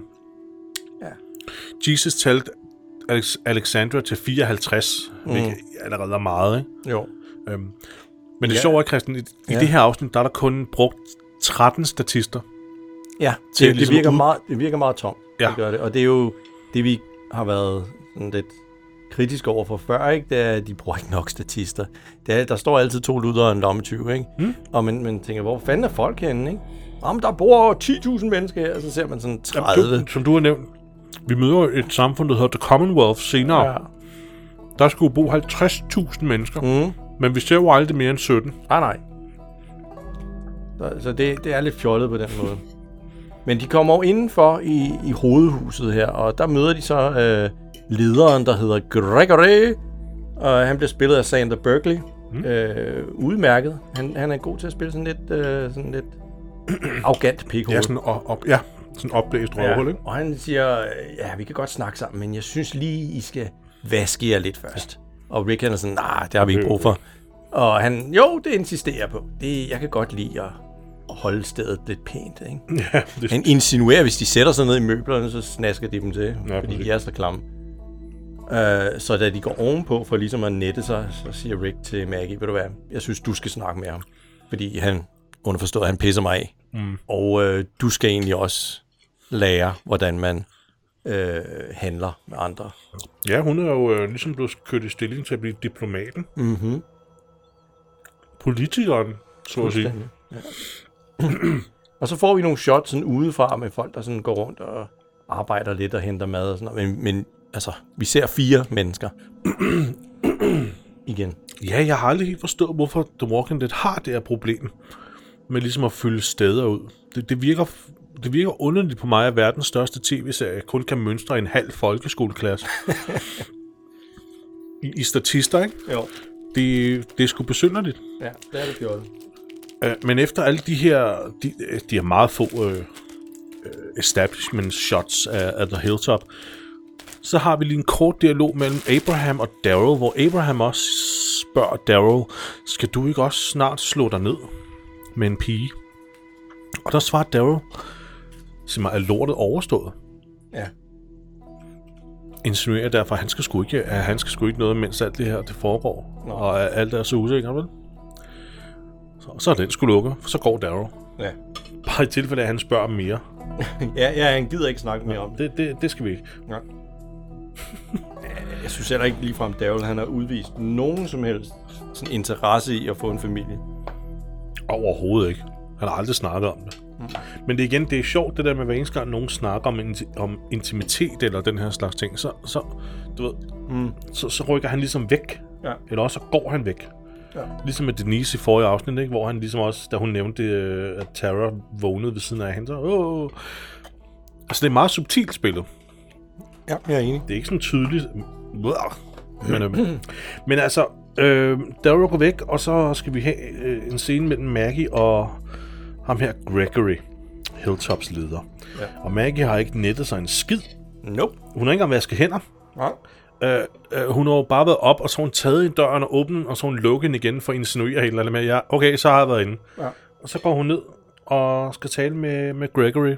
Ja.
Jesus talte Alex- Alexandra til 54, mm. hvilket allerede er meget, ikke?
Jo.
Øhm, men det
Ja.
sjove er, Christian, i, i ja.
Ja.
det her afsnit, der er der kun brugt 13 statister.
Ja, det,
til
det,
ligesom
ligesom virker,
ud-
meget, det virker meget tomt.
Ja.
Ja. Det gør det. Og det er jo det, vi har været sådan lidt kritisk over for før, ikke? Det er, at de bruger ikke nok statister. Det er, der står altid to luder og en lommetyve, ikke? Mm. Og man, man tænker, hvor fanden er folk henne, ikke? Jamen, der bor 10.000 mennesker her, og så ser man sådan 30.
Du, som du har nævnt, vi møder jo et samfund, der hedder The Commonwealth senere. Ja.
Ja.
Der skulle bo 50.000 mennesker, mm. men vi ser jo aldrig mere end 17.
Nej, Ah, nej. Så, så det, det er lidt fjollet på den måde. Men de kommer jo indenfor i, i hovedhuset her, og der møder de så øh, lederen, der hedder Gregory, og han bliver spillet af Sander Berkeley. Mm. Øh, udmærket. Han, han er god til at spille sådan lidt, øh, sådan lidt arrogant pikhoved.
Ja, sådan, op, op, ja, sådan opblæst røvhul, ikke?
Og han siger, øh, ja, vi kan godt snakke sammen, men jeg synes lige, I skal vaske jer lidt først. Og Rick han er sådan, nej, det har vi ikke brug for. Og han, jo, det insisterer jeg på. Det, jeg kan godt lide at, at holde stedet lidt pænt, ikke?
Ja, det,
Han insinuerer, hvis de sætter sig ned i møblerne, så snasker de dem til,
Ja,
ja, fordi
præcis.
de er så klamme. Uh, så da de går ovenpå for ligesom at nette sig, så siger Rick til Maggie, ved du hvad, jeg synes, du skal snakke med ham. Fordi han, underforstået, han pisser mig af. Mm. Og uh, du skal egentlig også lære, hvordan man uh, handler med andre.
ja, hun er jo øh, ligesom blevet kørt i stilling til at blive diplomaten. Mm-hmm. Politikeren, så at sige.
Fuldstændig. Og så får vi nogle shots sådan udefra med folk, der sådan går rundt og arbejder lidt og henter mad og sådan noget. Men, men altså, vi ser fire mennesker. Igen.
Ja, jeg har aldrig helt forstået, hvorfor The Walking Dead har det her problem med ligesom at fylde steder ud. Det, det, virker, det virker underligt på mig, at verdens største tv-serie kun kan mønstre en halv folkeskoleklasse. I, I statister, ikke?
Jo.
Det, det er sgu besynderligt.
Ja, det er det fjollet.
Øh, men efter alle de her, de, øh, de er meget få øh, øh, establishment shots af, af The Hilltop, så har vi lige en kort dialog mellem Abraham og Daryl, hvor Abraham også
spørger Daryl, skal du ikke også snart slå dig ned med en pige? Og der svarer Daryl, sig mig, er lortet overstået?
Ja.
Insinuerer derfor, at han skal sgu ikke, at han skal sgu ikke noget, mens alt det her det foregår. Nå. Og at alt er så usikker, vel? Så, så er den skulle lukke, for så går Daryl.
Ja.
Bare i tilfælde, af, at han spørger mere.
Ja, ja, han gider ikke snakke mere om det.
Det, det, det skal vi ikke.
Nej. Jeg synes heller ikke ligefrem, Davel, han har udvist nogen som helst sådan interesse i at få en familie.
Overhovedet ikke. Han har aldrig snakket om det.
Mm.
Men det er igen, det er sjovt, det der med, hver eneste gang nogen snakker om, inti- om intimitet eller den her slags ting, så, så, du ved, mm. så, så rykker han ligesom væk.
Ja.
Eller også så går han væk.
Ja.
Ligesom med Denise i forrige afsnit, ikke? hvor han ligesom også, da hun nævnte, øh, at Tara vågnede ved siden af hende, så... Åh. Altså, det er meget subtilt spillet.
Ja, jeg er enig.
Det er ikke sådan tydeligt. Uah. Men, øh, men altså, øh, Daryl går væk, og så skal vi have øh, en scene mellem Maggie og ham her Gregory, Hilltops leder. Ja. Og Maggie har ikke nettet sig en skid.
Nope.
Hun har ikke engang vasket hænder.
Nej.
Øh, øh, hun har jo bare været op, og så har hun taget i døren og åbnet, og så har hun lukket den igen for at insinuere et eller andet med, ja, okay, så har jeg været inde.
Ja.
Og så går hun ned og skal tale med, med Gregory.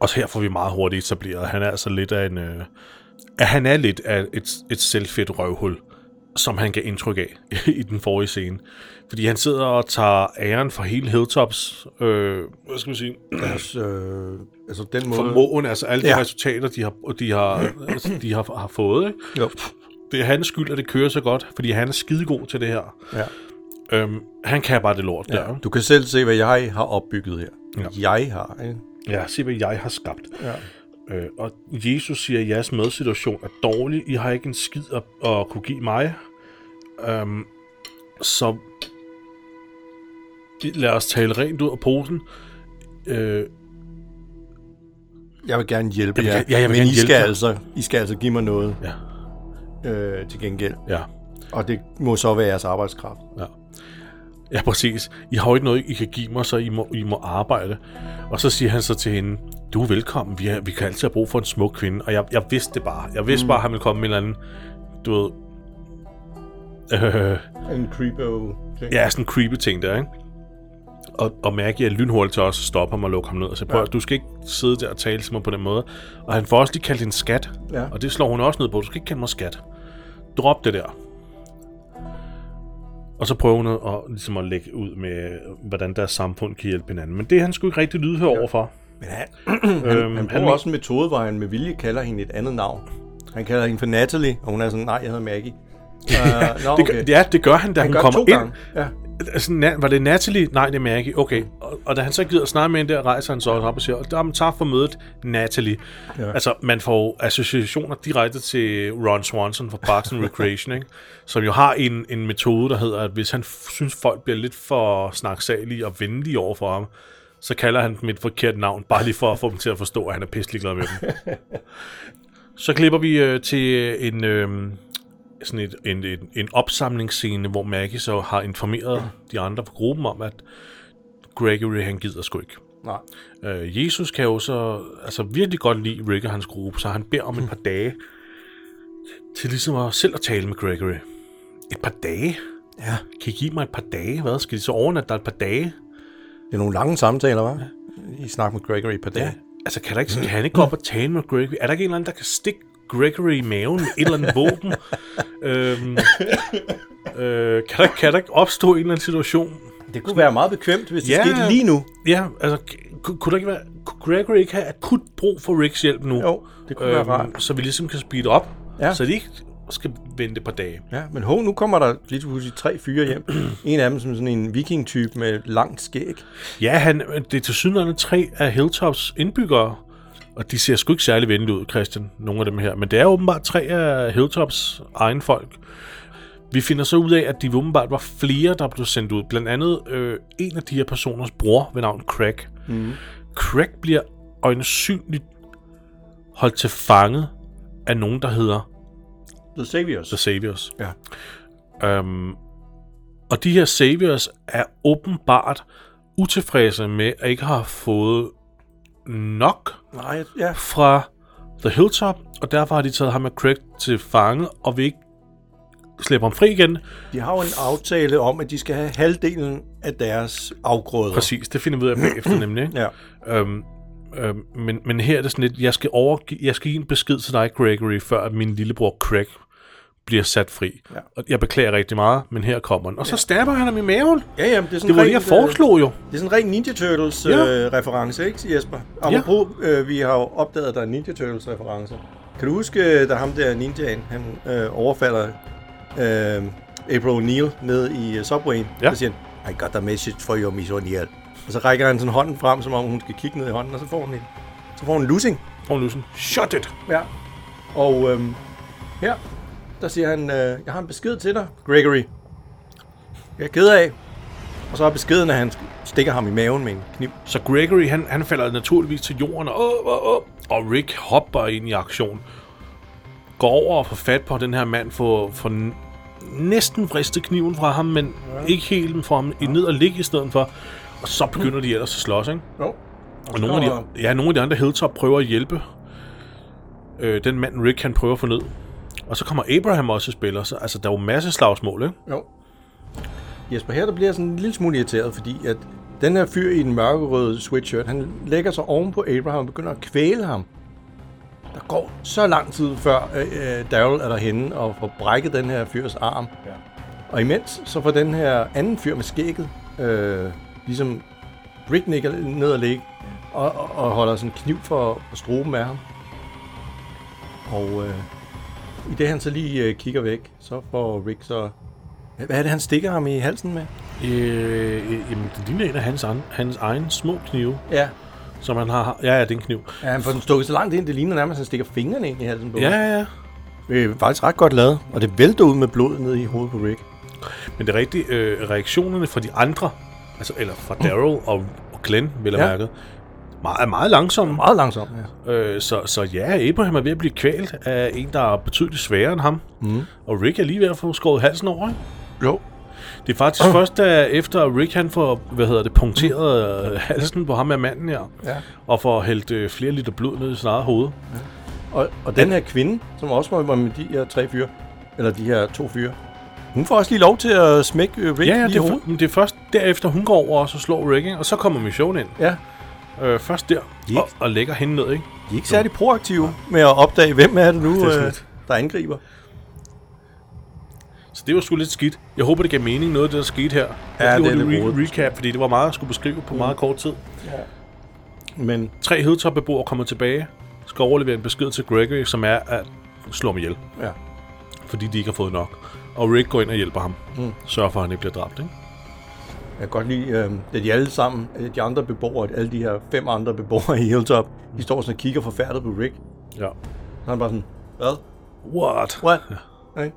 Og så her får vi meget hurtigt etableret, at han er altså lidt af en... Øh, at han er lidt af et, et selvfedt røvhul, som han gav indtryk af i den forrige scene. Fordi han sidder og tager æren for hele Hilltops, øh, hvad skal man sige,
Deres, øh, altså den måde...
formåen, altså alle de
Ja.
ja. resultater, de har, de har, altså, de har, har fået. Ikke?
Jo.
Det er hans skyld, at det kører så godt, fordi han er skidegod til det her.
Ja.
Øhm, han kan bare det lort ja. der. ikke?
Du kan selv se, hvad jeg har opbygget her.
Ja.
Ja. Jeg har, ikke?
Ja, se hvad jeg har skabt.
Ja.
Øh, og Jesus siger, at jeres medsituation er dårlig. I har ikke en skid at, at kunne give mig. Øhm, så lad os tale rent ud af posen. Øh,
Jeg vil gerne hjælpe
Jeg vil
jer,
gerne- ja, jeg vil
men
gerne
I,
hjælpe
skal
dig.
altså, I skal altså give mig noget
ja,
øh, til gengæld.
ja.
Og det må så være jeres arbejdskraft.
Ja. Ja, præcis. I har jo ikke noget, I kan give mig, så I må, I må arbejde. Og så siger han så til hende, du er velkommen, vi, er, vi kan altid have brug for en smuk kvinde. Og jeg, jeg vidste det bare. Jeg vidste mm. bare, at han ville komme med en eller anden, du ved... Øh,
En creepo ting.
ja, sådan en creepy ting der, ikke? Og, og Maggie er lynhurtig til også at stoppe ham og lukke ham ned og sige, prøv, ja. du skal ikke sidde der og tale til mig på den måde. Og han får også lige kaldt en skat,
Ja.
og det slår hun også ned på. Du skal ikke kalde mig skat. Drop det der. Og så prøver hun at, ligesom at lægge ud med, hvordan deres samfund kan hjælpe hinanden. Men det er han sgu ikke rigtig lydhør ja. overfor.
Men han, han, øhm, han bruger
men-
han også en metode, hvor han med vilje kalder hende et andet navn. Han kalder hende for Natalie, og hun er sådan, nej, jeg hedder Maggie. Uh, nå,
Det, gør, ja, det gør han, da han,
gør det
kommer
to
ind.
gange. Ja.
Altså, na- var det Natalie? Nej, det er Maggie. Okay. Og, og da han så gider snakke med hende der, rejser han så også op og siger, "Jamen, tak for mødet, Natalie. Ja. Altså, man får jo associationer direkte til Ron Swanson fra Parks and Recreation, ikke? som jo har en, en metode, der hedder, at hvis han f- synes, folk bliver lidt for snaksalige og venlige over for ham, så kalder han dem et forkert navn, bare lige for at få dem til at forstå, at han er pisselig glad med dem. så klipper vi øh, til en... Øh, sådan et, en, en, en opsamlingsscene, hvor Maggie så har informeret de andre fra gruppen om, at Gregory han gider sgu ikke.
Nej.
Øh, Jesus kan jo så altså, virkelig godt lide Rick og hans gruppe, så han beder om et par dage til ligesom at selv at tale med Gregory. Et par dage?
Ja.
Kan I give mig et par dage? Hvad? Skal de så overnatte der et par dage?
Det er nogle lange samtaler, hva'? I snakker med Gregory på dag. Ja.
Altså, kan, der ikke, kan han ikke gå op og tale med Gregory? Er der ikke en eller anden, der kan stikke Gregory i maven med et eller andet våben? øhm, øh, kan, der, kan der ikke opstå en eller anden situation,
Det kunne være meget bekvemt, hvis det
Ja.
skete lige nu.
Ja, altså, k- ku- kunne, der ikke være, kunne Gregory ikke have akut brug for Ricks hjælp nu?
Jo, det kunne være rart.
Så vi ligesom kan speede op, ja.
Ja.
så de ikke skal vente et par dage.
Ja, men hov, nu kommer der lige pludselig tre fyre hjem. en af dem som sådan en viking-type med langt skæg.
Ja, han, det er til synligheden tre af Hilltops indbyggere, og de ser sgu ikke særlig venlige ud, Christian, nogle af dem her. Men det er åbenbart tre af Hilltops egen folk. Vi finder så ud af, at de åbenbart var flere, der blev sendt ud. Blandt andet øh, en af de her personers bror ved navn Craig. Mm. Craig bliver øjensynligt holdt til fange af nogen, der hedder
The Saviors.
The Saviors.
Ja.
Øhm, og de her Saviors er åbenbart utilfredse med at ikke have fået nok
Nej, ja.
fra The Hilltop, og derfor har de taget ham og Craig til fange, og vil ikke slæber ham fri igen.
De har jo en aftale om, at de skal have halvdelen af deres afgrøder.
Præcis, det finder vi ud af bagefter nemlig. Ikke?
Ja.
Øhm, øhm, men, men her er det sådan lidt, jeg skal, overgive, jeg skal give en besked til dig, Gregory, før at min lillebror Craig bliver sat fri.
Ja.
Og jeg beklager rigtig meget, men her kommer den. Og så stabber han ham i maven.
Ja, jamen, det er sådan
Det var det,
rent,
jeg foreslog jo.
øh, Det er sådan en ren Ninja Turtles
Ja.
ja. øh, reference, ikke Jesper? Apropos, øh, vi har jo opdaget, at der er en Ninja Turtles reference. Kan du huske, øh, da ham der ninjaen, han øh, overfalder øh, April O'Neil ned i øh, Subwayen?
Ja.
Så siger han, I got a message for you, Miss O'Neil. Og så rækker han sådan hånden frem, som om hun skal kigge ned i hånden, og så får hun en, så får hun en losing.
Prøv nu sådan, shut it.
Ja. Og øhm, her, der siger han, øh, jeg har en besked til dig, Gregory. Jeg er ked af. Og så er beskeden, at han stikker ham i maven med en kniv.
Så Gregory, han, han falder naturligvis til jorden, og, åh, åh, åh, og Rick hopper ind i aktion. Går over og får fat på den her mand, får, får n- næsten vristet kniven fra ham, men ja. ikke helt, men får ham i ned og ligge i stedet for. Og så begynder de ellers at slås, ikke?
Jo.
Og nogle af,
kommer-
de, ja, nogle af de andre Hilltop prøver at hjælpe øh, den mand Rick, han prøver at få ned. Og så kommer Abraham også i spil, og så, altså der er jo masse slagsmål, ikke?
Jo. Jesper, her der bliver jeg sådan en lille smule irriteret, fordi at den her fyr i den mørkerøde sweatshirt, han lægger sig oven på Abraham og begynder at kvæle ham. Der går så lang tid før øh, øh, Daryl er derhenne og får brækket den her fyrs arm. Ja. Og imens så får den her anden fyr med skægget øh, ligesom Rick nikker ned og ligge og, og, og holder sådan en kniv for at strobe af ham. Og øh, i det han så lige øh, kigger væk, så får Rick så hvad er det, han stikker ham i halsen med?
Øh, øh, jamen, det ligner en af hans, an- hans egen små knive,
Ja.
som han har. Ja, ja, det er en kniv.
ja han får den stukket så langt ind, det ligner nærmest, at han stikker fingrene ind i halsen på
Ja, ja, ja.
Det er faktisk ret godt lavet, og det vælter ud med blod ned i hovedet på Rick.
Men det er rigtigt, øh, reaktionerne fra de andre, altså, eller fra Daryl og, og Glenn, vil jeg ja.
Ja.
mærke, meget, er meget langsomme.
Meget langsomt, ja.
Øh, så, så ja, Abraham er ved at blive kvalt af en, der er betydeligt sværere end ham. Mm. Og Rick er lige ved at få skåret halsen over, ikke?
Jo. Øh.
Det er faktisk oh. først da, efter Rick han får, hvad hedder det, punkteret øh, halsen på ham af manden her,
Mm. Ja.
og får hældt øh, flere liter blod ned i sin eget hoved.
Og, og den her kvinde, som også var med de her tre fyre, eller de her to fyre, hun får også lige lov til at smække øh, Rick
Ja, ja,
lige
det
i
er,
hovedet.
f- men det er først derefter, hun går over og så slår Rick, ikke? og så kommer missionen ind.
Ja.
Øh, først der,
Yes.
og, og lægger hende ned, ikke?
De er ikke særlig proaktive med at opdage, hvem er det nu,
Det er sådan
øh,
lidt.
der angriber.
Så det var sgu lidt skidt. Jeg håber, det gav mening noget af det, der skete her.
Ja,
Jeg
det er
gjorde
lidt Mm.
lige re-
rodet.
recap, fordi det var meget at skulle beskrive på meget kort tid.
Men
Tre hedtopbeboere kommer tilbage, skal overlevere en besked til Gregory, som er at slå ham ihjel,
ja.
fordi de ikke har fået nok. Og Rick går ind og hjælper ham. Mm. Sørger for, at han ikke bliver dræbt, ikke?
Jeg kan godt lide, øh, at de alle sammen, øh, de andre beboere, alle de her fem andre beboere i Hilltop, de står sådan og kigger forfærdet på Rick.
Ja.
Så han bare sådan, hvad?
What?
What? Okay.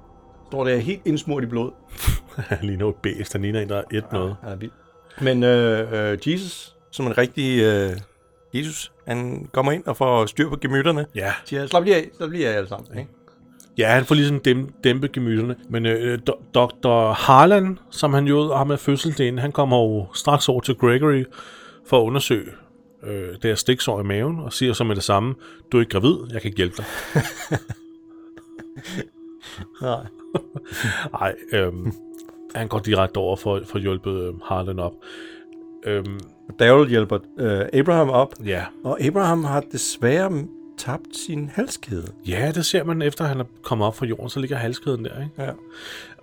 Står der helt indsmurt i blod.
Han ligner et bæst, han ligner en, der er et noget.
Han er vild. Men øh, øh, Jesus, som en rigtig øh, Jesus, han kommer ind og får styr på gemytterne.
Ja.
Siger, slap lige af, slap lige af alle sammen. Ikke?
Ja, han får ligesom dæm, dæmpe gemytterne. Men øh, do, Dr. Harlan, som han jo har med fødselsdagen, han kommer jo straks over til Gregory for at undersøge øh, det her stiksår i maven, og siger så med det samme, du er ikke gravid, jeg kan ikke hjælpe dig.
Nej.
Nej, øhm, han går direkte over for, for at hjælpe øh, Harlan op. Øhm,
Daryl hjælper øh, Abraham op,
ja.
og Abraham har desværre tabt sin halskæde.
ja, det ser man efter, han er kommet op fra jorden, så ligger halskæden der, ikke?
Ja.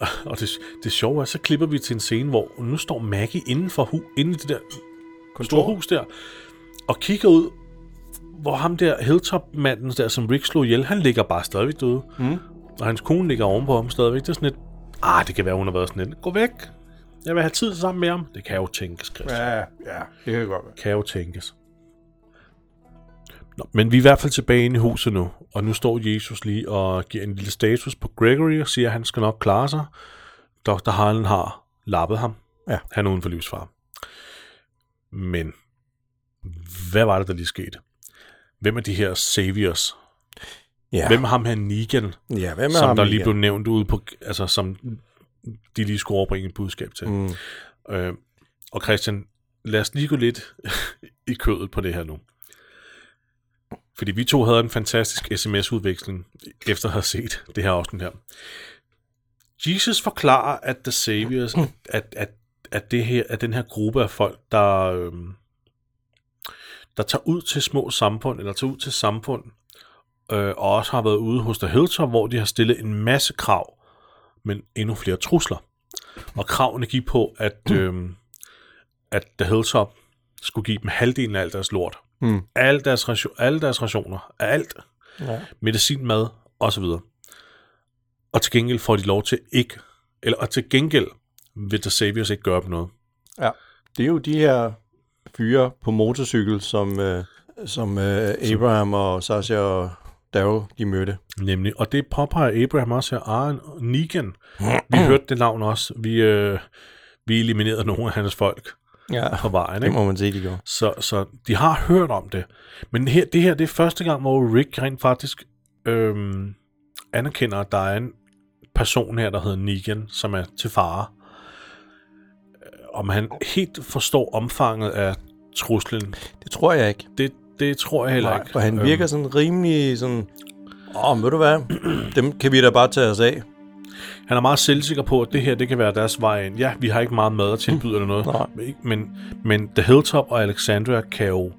Og det, det sjove er, så klipper vi til en scene, hvor nu står Maggie inden for hu, inde i det der store hus der, og kigger ud, hvor ham der hilltop-manden der, som Rick slog ihjel, han ligger bare stadigvæk døde. Mm. Og hans kone ligger ovenpå ham stadigvæk. Det er sådan lidt, ah, det kan være, hun har været sådan lidt, gå væk. Jeg vil have tid sammen med ham. Det kan jo tænkes, Chris. Ja.
ja, det kan godt være.
Kan jo tænkes. Nå, men vi er i hvert fald tilbage inde i huset nu, og nu står Jesus lige og giver en lille status på Gregory og siger, at han skal nok klare sig. Dr. Harlan har lappet ham.
Ja.
Han er uden for livsfare. Men hvad var det, der lige skete? Hvem er de her saviors?
Ja.
Hvem er ham her Negan,
Ja, hvem er
som
ham
der lige
igen?
blev nævnt ude på, altså som de lige skulle overbringe et budskab til. Mm. Øh, og Christian, lad os lige gå lidt i kødet på det her nu. Fordi vi to havde en fantastisk sms-udveksling, efter at have set det her afsnit her. Jesus forklarer, at The Saviors, at, at, at, at, det her, at den her gruppe af folk, der, øhm, der tager ud til små samfund, eller tager ud til samfund, øh, og også har været ude hos The Hilltop, hvor de har stillet en masse krav, men endnu flere trusler. Og kravene gik på, at, øhm, at The Hilltop skulle give dem halvdelen af alt deres lort. Mm. Alle, deres ration, alle deres rationer, alt, ja. medicin, mad, osv. Og til gengæld får de lov til ikke, eller og til gengæld vil The Saviors ikke gøre dem noget.
Ja. Det er jo de her fyre på motorcykel, som, øh, som øh, Abraham og Sasha og Darrow, de mødte.
Nemlig, og det påpeger Abraham også her, Aaron Negan. Vi hørte det navn også. Vi, øh, vi eliminerede nogle af hans folk
Ja,
på vejen.
det
Ikke?
må man se, de gjorde.
Så, så de har hørt om det. Men her, det her, det er første gang, hvor Rick rent faktisk øhm, anerkender, at der er en person her, der hedder Negan, som er til fare. Øh, Om han helt forstår omfanget af truslen,
Det tror jeg ikke.
det, det tror jeg heller
Nej, Øhm.
ikke. Øhm,
for han virker sådan rimelig sådan... Åh, oh, ved du hvad? Dem kan vi da bare tage os af.
Han er meget selvsikker på, at det her det kan være deres vej ind. Ja, vi har ikke meget mad at tilbyde eller noget.
Nej.
Men ikke- Men, men The Hilltop og Alexandria kan jo øh,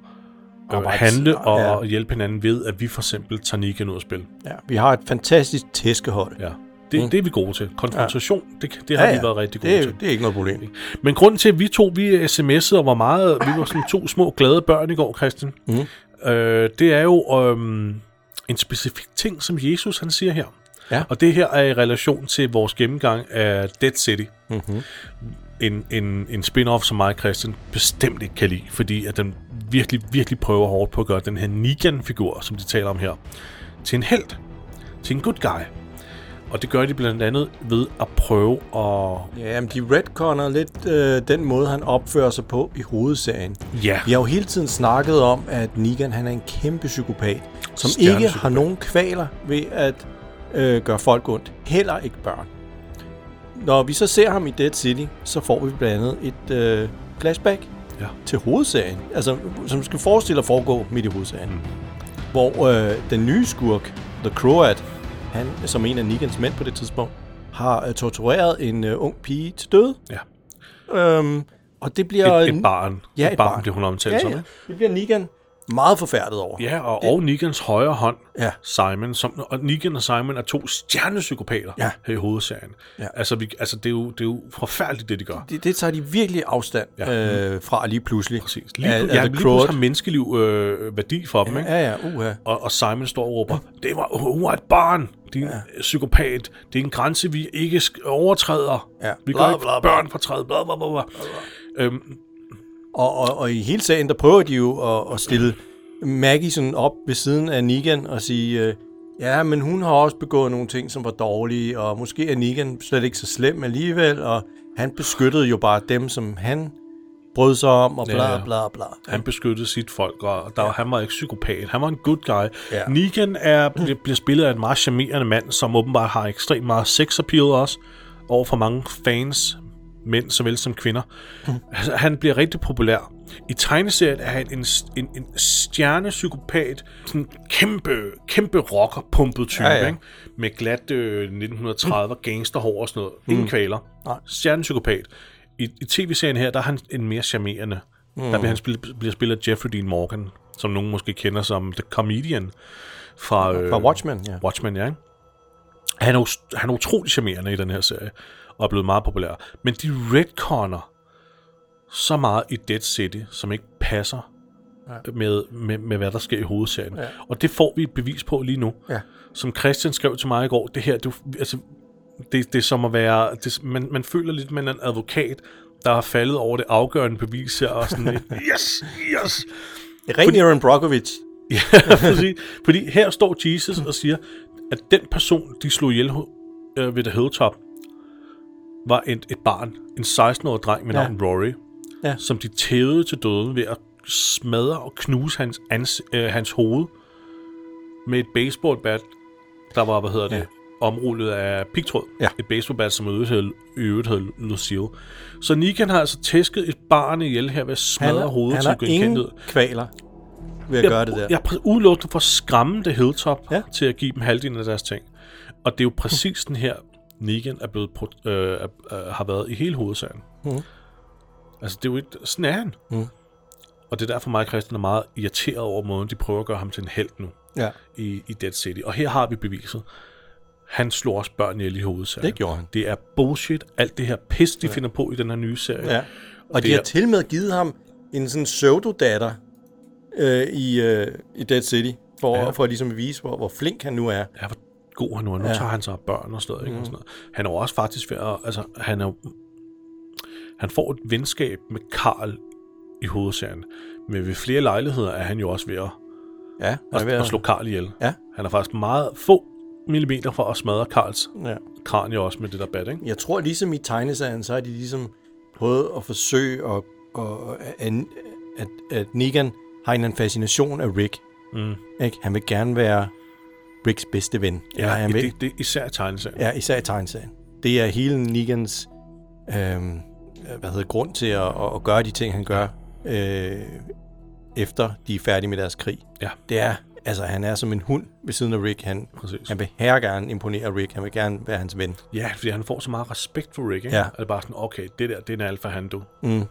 Arbejde-
handle og,
ja.
ja. og hjælpe hinanden ved, at vi for eksempel tager Negan ud af spil.
Ja, vi har et fantastisk tæskehold.
Ja. Det, mm. det er vi gode til. Konfrontation, ja. det, det har ja, ja. vi været rigtig gode
det, er-
til.
Det er ikke noget problem.
Men grunden til, at vi to vi øh, sms'ede og var meget... Vi var sådan to små glade børn i går, Christian. Mm. Øh, det er jo øhm, en specifik ting, som Jesus han siger her.
Ja.
Og det her er i relation til vores gennemgang af Dead City. Mm-hmm. En, en, en spin-off, som mig og Christian bestemt ikke kan lide, fordi at den virkelig, virkelig prøver hårdt på at gøre den her Negan-figur, som de taler om her, til en held. Til en good guy. Og det gør de blandt andet ved at prøve at...
Ja, men de retconner lidt øh, den måde, han opfører sig på i hovedserien.
Ja.
Vi har jo hele tiden snakket om, at Negan han er en kæmpe psykopat, som ikke
Stjernepsykopat.
har nogen kvaler ved at øh, gøre folk ondt. Heller ikke børn. Når vi så ser ham i Dead City, så får vi blandt andet et øh, flashback
Ja.
til hovedserien. Altså, som skal forestille at foregå midt i hovedserien. Mm. Hvor øh, den nye skurk, The Croat, han, som er en af Negans mænd på det tidspunkt, har øh, tortureret en øh, ung pige til døde.
Ja.
Øhm, og det bliver...
Et, et barn.
Ja, et barn,
bliver hun omtalt
ja,
som.
ja.
ikke?
Det bliver Negan meget forfærdet over.
Ja, og, og Negans højre hånd,
Ja.
Simon, som, og Negan og Simon er to stjernepsykopater
Ja.
her i hovedserien.
Ja.
Altså, vi, altså det, er jo, det er jo forfærdeligt, det de gør.
Det, det tager de virkelig afstand ja. øh, fra lige pludselig.
Præcis. Lige,
At-
ja,
at
ja,
The
lige
Croat-
pludselig har menneskeliv øh, værdi for dem, ikke?
Ja, ja, uha.
Og, og Simon står og råber, det var, hun var et barn, din ja. psykopat, det er en grænse, vi ikke sk- overtræder.
Ja.
Vi
Bla,
gør ikke
bla, bla.
børn fortræde, bla bla bla. bla. Øhm,
Og, og, og i hele sagen, der prøver de jo at, at stille Maggie sådan op ved siden af Negan og sige, øh, ja, men hun har også begået nogle ting, som var dårlige, og måske er Negan slet ikke så slem alligevel, og han beskyttede jo bare dem, som han brød sig om, og
Ja,
bla
ja. Øh.
bla bla.
Han beskyttede sit folk, og der, ja. han var ikke psykopat. Han var en good guy.
Ja.
Ja. Negan er, bliver, bliver spillet af en meget charmerende mand, som åbenbart har ekstremt meget sex appeal også, over for mange fans, mænd såvel som kvinder. Altså, han bliver rigtig populær. I tegneserien er han en, en, en stjernepsykopat, sådan en kæmpe, kæmpe rocker-pumpet type,
Ja, ja.
ja, ja. Ikke? med glat øh, 1930 gangsterhår og sådan noget. Ingen kvaler.
Mm. Nej.
Stjernepsykopat. I, i tv-serien her, der er han en mere charmerende. Mm. Der bliver han spillet, bliver spillet af Jeffrey Dean Morgan, som nogen måske kender som The Comedian fra, øh,
Fra Watchmen, ja.
Watchmen, ja. Ikke? Han er, us- han er utrolig charmerende i den her serie, og er blevet meget populær. Men de retconner så meget i Dead City, som ikke passer ja. med, med, med, hvad der sker i hovedserien. Ja. Og det får vi et bevis på lige nu.
Ja.
Som Christian skrev til mig i går, det her, du, altså, det, det er som at være, det, man, man føler lidt, man er en advokat, der har faldet over det afgørende bevis her, og sådan lidt, yes, yes,
Ren Aaron Brockovich.
Ja, præcis. Fordi her står Jesus og siger, at den person, de slog ihjel øh, ved The Hilltop, var et, et barn, en 16-årig dreng med
Ja.
ja. navn Rory,
Ja.
som de tævede til døden ved at smadre og knuse hans, ans, øh, hans hoved med et baseballbat, der var, hvad hedder det,
Ja.
ja. omrullet af pigtråd.
Ja.
Et baseballbat, som i øvrigt hed, i øvrigt hed Lucille. Så Nikan har altså tæsket et barn ihjel her ved at
Han,
smadre
er,
hovedet
han
til
har ingen
genkendelighed
kvaler ved at gøre det der.
jeg er præ- udelukkende for at skræmme det Hilltop
Ja.
ja. til at give dem halvdelen af deres ting. Og det er jo præcis den her Negan er blevet pro- øh, er- er, har været i hele hovedsagen. Mm. Altså, det er jo ikke... Sådan er han. Mm. Og det er derfor mig og Christian er meget irriteret over måden, de prøver at gøre ham til en held nu
Ja,
i, i Dead City. Og her har vi beviset. Han slår også børn ihjel i hovedsagen.
Det gjorde han.
Det er bullshit. Alt det her pis, de ja. finder på i den her nye serie.
ja. Og de
Det
har
er-
til og med givet ham en sådan pseudodatter øh, i, øh, i Dead City, for,
Ja.
ja. for ligesom at vise, hvor, hvor flink han nu er.
ja, hvor god han nu er. Nu ja.
Ja. Mhm.
tager han sig af børn og sådan noget, ikke? Mm. Og sådan noget. Han er jo også faktisk ved at, altså, han er jo- han får et venskab med Karl i hovedserien, men ved flere lejligheder er han jo også ved at,
Ja, han er
at,
ved
at slå Karl ihjel.
Ja.
Han er faktisk meget få millimeter for at smadre Karls
Ja.
kranie også med det der bat, ikke?
Jeg tror, ligesom i tegneserien, så har de ligesom prøvet at forsøge at, at, at, at, at Negan har en eller anden fascination af Rick. Mm. Ikke? Han vil gerne være Ricks bedste ven. Eller han vil,
det, det, er især i tegneserien.
ja især i tegneserien. Det er hele Negans øhm, hvad hedder, grund til at, at, at gøre de ting, han gør, øh, efter de er færdige med deres krig.
Ja.
Det er, altså han er som en hund ved siden af Rick. Han,
Præcis.
han vil her gerne imponere Rick. Han vil gerne være hans ven.
Ja, fordi han får så meget respekt for Rick, ikke?
Ja.
At det er bare sådan, okay, det der, det er en alfa han du. Mm.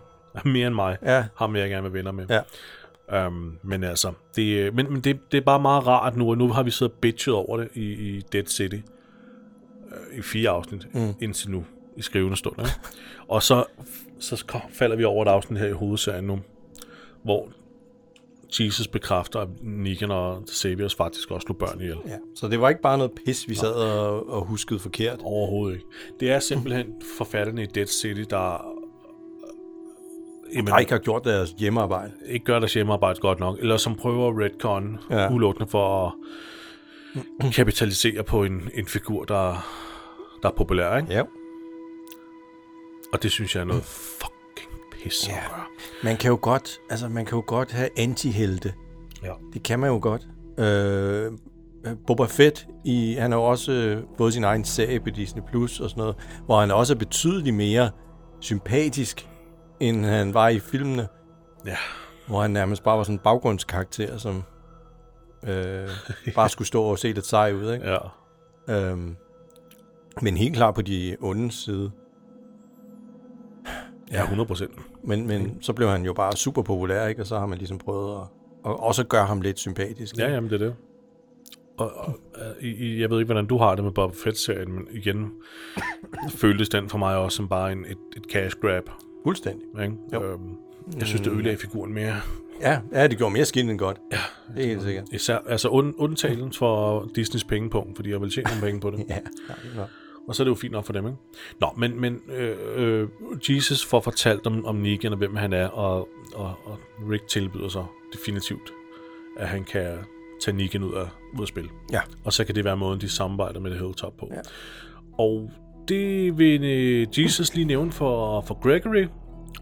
Mere end mig.
Ja.
Ham vil jeg gerne være venner med.
Ja.
Øhm, men altså, det, men, men det, det er bare meget rart nu, og nu har vi siddet og bitchet over det i, i Dead City øh, i fire afsnit mm. indtil nu i skrivende stund. Ikke? og så, så kom- falder vi over et afsnit her i hovedserien nu, hvor Jesus bekræfter, at Negan og Saviors faktisk også slog børn ihjel.
Ja, så det var ikke bare noget pis, vi sad og, og huskede forkert.
Overhovedet ikke. Det er simpelthen forfatterne i Dead City, der øh, jamen,
Der ikke har gjort deres hjemmearbejde.
ikke gør deres hjemmearbejde godt nok, eller som prøver at retcon ja.
Ja.
udelukkende for at kapitalisere på en, en figur, der, der er populær. Ikke?
Ja.
Og det synes jeg er noget fucking pis at gøre.
Man kan jo godt, altså man kan jo godt have antihelte.
Ja.
Det kan man jo godt. Øh, Boba Fett, i, han har jo også øh, fået sin egen serie på Disney Plus og sådan noget, hvor han også er betydeligt mere sympatisk, end han var i filmene,
Ja.
hvor han nærmest bare var sådan en baggrundskarakter, som øh, bare skulle stå og se lidt sej ud, ikke?
ja.
Øhm, men helt klart på de onde side.
Ja, 100 procent.
Men,
Mm.
men så blev han jo bare super populær, ikke? Og så har man ligesom prøvet at og også gøre ham lidt sympatisk.
Ja,
ikke?
jamen det er det. Og, og øh, i, i- jeg ved ikke, hvordan du har det med Bob Fett-serien, men igen føltes den for mig også som bare en, et, et cash grab.
Fuldstændig.
Ikke?
Jo. Mm.
Øhm, jeg synes, det ødelagde figuren mere.
Ja, ja, det gjorde mere skidt end godt. Ja. Det er helt sikkert.
Især, altså und, undtagen for Disneys pengepunkt, fordi jeg vil tjene nogle penge på det.
Ja, ja, det var-
Og så er det jo fint nok for dem, ikke? Nå, men, men øh, øh, Jesus får fortalt om, om Negan og hvem han er, og, og, og Rick tilbyder så definitivt, at han kan tage Negan ud af, ud af spil.
ja.
Og så kan det være måden, de samarbejder med det Hilltop på. Ja. Og det vil øh, Jesus lige nævne for, for Gregory.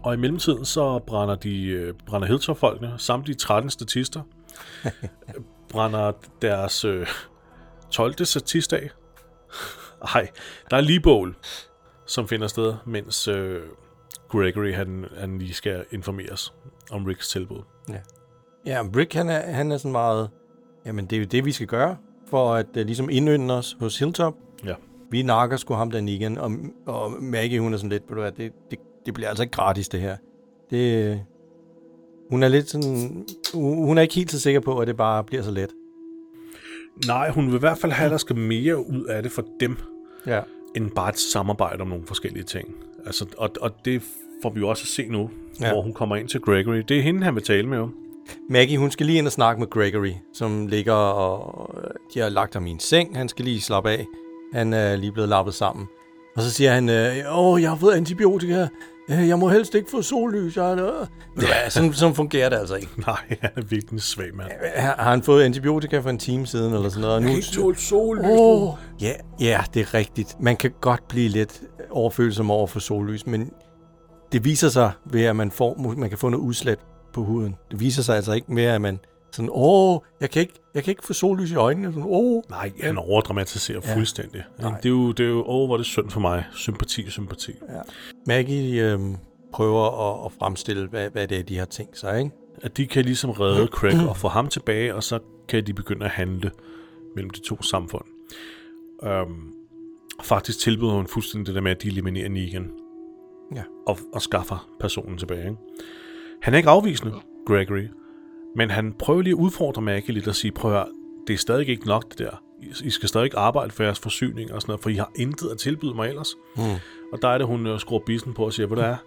Og i mellemtiden så brænder de øh, brænder Hilltop-folkene, samtlige 13 statister, øh, brænder deres øh, 12. statist af. Ej, der er lige bål, som finder sted, mens øh, Gregory han, han lige skal informeres om Ricks tilbud.
ja men Rick, han er, han er sådan meget... Jamen, det er jo det, vi skal gøre, for at uh, ligesom indynde os hos Hilltop.
Ja.
Vi nakker sgu ham den igen, og, og Maggie, hun er sådan lidt, ved du hvad, det, det, det bliver altså ikke gratis, det her. Det, øh, hun er lidt sådan, hun hun er ikke helt så sikker på, at det bare bliver så let.
Nej, hun vil i hvert fald have, at der skal mere ud af det for dem,
Ja.
end bare et samarbejde om nogle forskellige ting. Altså, og, og det får vi jo også at se nu, ja.
Ja.
hvor hun kommer ind til Gregory. Det er hende, han vil tale med jo.
Maggie, hun skal lige ind og snakke med Gregory, som ligger og... De har lagt ham i en seng, han skal lige slappe af. Han er lige blevet lappet sammen. Og så siger han, øh, åh, jeg har fået antibiotika. Øh, Jeg må helst ikke få sollys. Jeg er noget." Ja, sådan, sådan fungerer det altså ikke.
Nej, han er virkelig en svag mand.
Har har han fået antibiotika for en time siden, eller sådan noget? og nu,
sollys
Åh, ja, ja, det er rigtigt. Man kan godt blive lidt overfølsom over for sollys, men det viser sig ved, at man, får, man kan få noget udslæt på huden. Det viser sig altså ikke mere, at man sådan, åh, jeg kan ikke, jeg kan ikke få sollys i øjnene. Sådan, åh.
Nej, han overdramatiserer ja. fuldstændig. Det er jo, det er jo åh, hvor er det synd for mig. Sympati, sympati. Ja.
Maggie øhm, prøver at, at fremstille, hvad, hvad det er, de har tænkt sig, ikke?
At de kan ligesom redde Craig og få ham tilbage, og så kan de begynde at handle mellem de to samfund. Um, Faktisk tilbyder hun fuldstændig det der med, at de eliminerer Negan.
Ja.
Og, og skaffer personen tilbage. Ikke? Han er ikke afvisende, Gregory. Men han prøver lige at udfordre Maggie lidt og sige, prøv at høre, det er stadig ikke nok det der. I- I skal stadig arbejde for jeres forsyning og sådan noget, for I har intet at tilbyde mig ellers. Mm. Og der er det, hun øh, skruer bissen på og siger, hvor det er.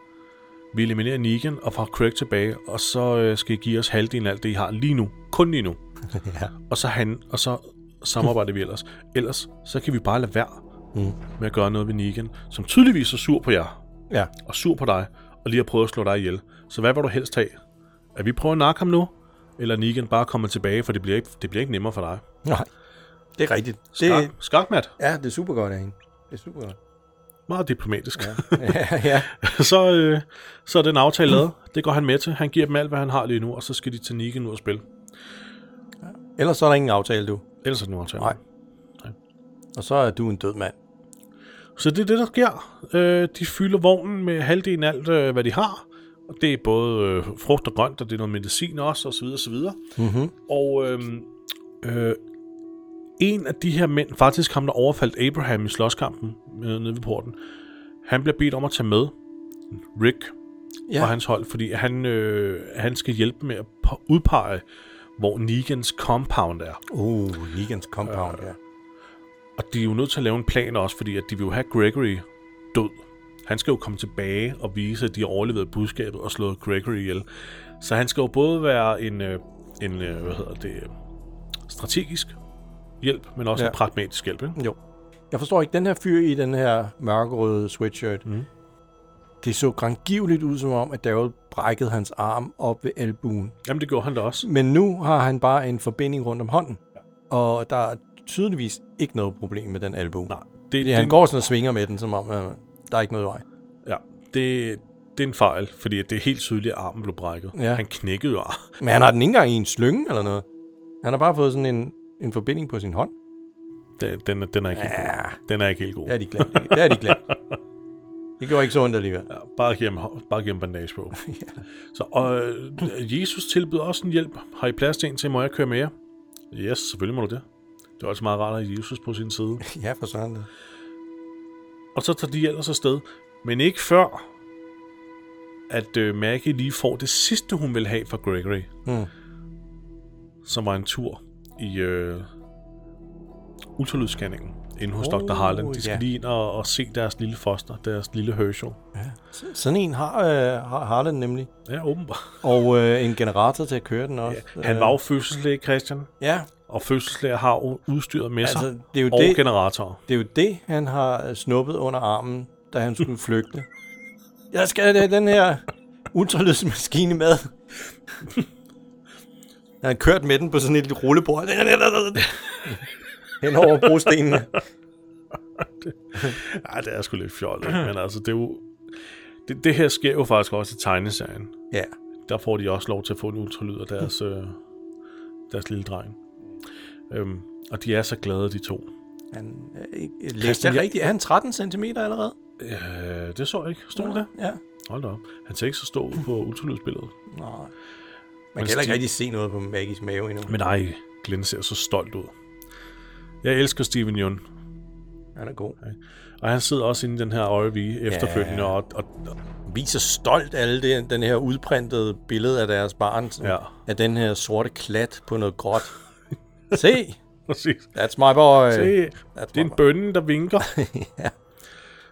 Vi eliminerer Negan og får Craig tilbage, og så øh, skal I give os halvdelen af alt det, I har lige nu. Kun lige nu
ja.
og så han, og så samarbejder vi ellers. Ellers, så kan vi bare lade være mm. med at gøre noget ved Negan, som tydeligvis er sur på jer,
ja.
og sur på dig, og lige har prøvet at slå dig ihjel. Så hvad vil du helst have? At vi prøver at nakke ham nu, eller er Negan bare kommer tilbage, for det bliver ikke, det bliver ikke nemmere for dig.
Nej. Det er rigtigt. Det,
Skak, skakmat.
ja, det er super godt af hende. Det er super godt.
Meget diplomatisk. Ja.
ja, ja.
så, øh, så er den aftale lavet. Det går han med til. Han giver dem alt, hvad han har lige nu, og så skal de til Negan ud og spille.
Ellers så er der ingen aftale, du.
Ellers er det en aftale.
Nej. Og så er du en død mand.
Så det er det, der sker. Øh, de fylder vognen med halvdelen af alt, øh, hvad de har. Og det er både øh, frugt og grønt, og det er noget medicin også, osv. osv. Mm-hmm. Og øh, øh, en af de her mænd, faktisk ham, der overfaldt Abraham i slåskampen øh, nede ved porten, han bliver bedt om at tage med Rick ja. og hans hold, fordi han, øh, han skal hjælpe med at po- udpege, hvor Negans compound er.
Uh, Negans compound, ja.
Og de er jo nødt til at lave en plan også, fordi at de vil jo have Gregory død. Han skal jo komme tilbage og vise, at de har overlevet budskabet og slået Gregory ihjel. Så han skal jo både være en, øh, en øh, hvad hedder det, øh, strategisk hjælp, men også ja.
Ja.
en pragmatisk hjælp. Ikke?
Jo. Jeg forstår ikke, den her fyr i den her mørkerøde sweatshirt, mm. det så grangiveligt ud som om, at Daryl brækkede hans arm op ved albuen.
Jamen, det gjorde han da også.
Men nu har han bare en forbinding rundt om hånden. Og der er tydeligvis ikke noget problem med den albu.
Nej,
Det, han går sådan og svinger med den, som om øh, der er ikke noget i vej.
Ja, det, det er en fejl, fordi at det er helt tydeligt, at armen blev brækket.
Ja.
Han knækkede jo armen.
Men han har den ikke engang i en slynge eller noget. Han har bare fået sådan en, en forbinding på sin hånd.
Den, den, er- den, er ikke helt god. den er ikke helt god.
Det er de glemt. Det er de glemt. Det gjorde ikke så ondt alligevel.
Ja, bare giv ham, bare giv ham bandage på. ja. Så, og øh, Jesus tilbyder også en hjælp. Har I plads til en til, må jeg køre med jer? Yes, selvfølgelig må du det. Det er også meget rart at have Jesus på sin side.
Ja, for sådan det.
Og så tager de ellers afsted. Men ikke før, at øh, Maggie lige får det sidste, hun vil have fra Gregory.
Mm.
Som var en tur i øh, ultralydsscanningen inde hos oh, Dr. Harland. De skal
ja.
lige ind og, og se deres lille foster, deres lille Herschel.
Sådan en har, øh, har Harlan nemlig.
Ja, åbenbart.
Og øh, en generator til at køre den også.
Ja. Han var jo fødselslæge, Christian.
Ja,
Og fødselslæger har jo udstyret med sig.
Altså,
Altså,
det er jo
og
det-
generatorer.
det er jo det, han har øh, snuppet under armen, da han skulle flygte. Jeg skal have den her ultralydsmaskine med. Han har kørt med den på sådan et lille rullebord. Hen over brostenene.
Ej, det er sgu lidt fjollet. ikke? men altså, det er jo... Det, det her sker jo faktisk også i tegneserien.
Ja.
Der får de også lov til at få en ultralyd af deres, øh, deres lille dreng. Øhm, og de er så glade, de to.
Han, øh, ikke- læste
Christian,
jeg
jeg-
rigtigt? Er han 13 cm allerede?
Øh, det så jeg ikke. Stod det?
Ja.
Hold da op. Han ser ikke så stor ud på ultralydsbilledet.
Nå. Man kan
Men
heller ikke
Stig-
rigtig se noget på Maggies mave endnu.
Men nej, Glenn ser så stolt ud. Jeg elsker Steven Yeun.
Han er god.
Og han sidder også inde i den her øjevi efterfølgende,
Ja.
ja. og, og
viser stolt alle det, den her udprintede billede af deres barn. sådan,
Ja.
Af den her sorte klat på noget gråt. Se,
Præcis.
that's my boy.
Se, det
that's
er
my
en
boy.
bønne, der vinker.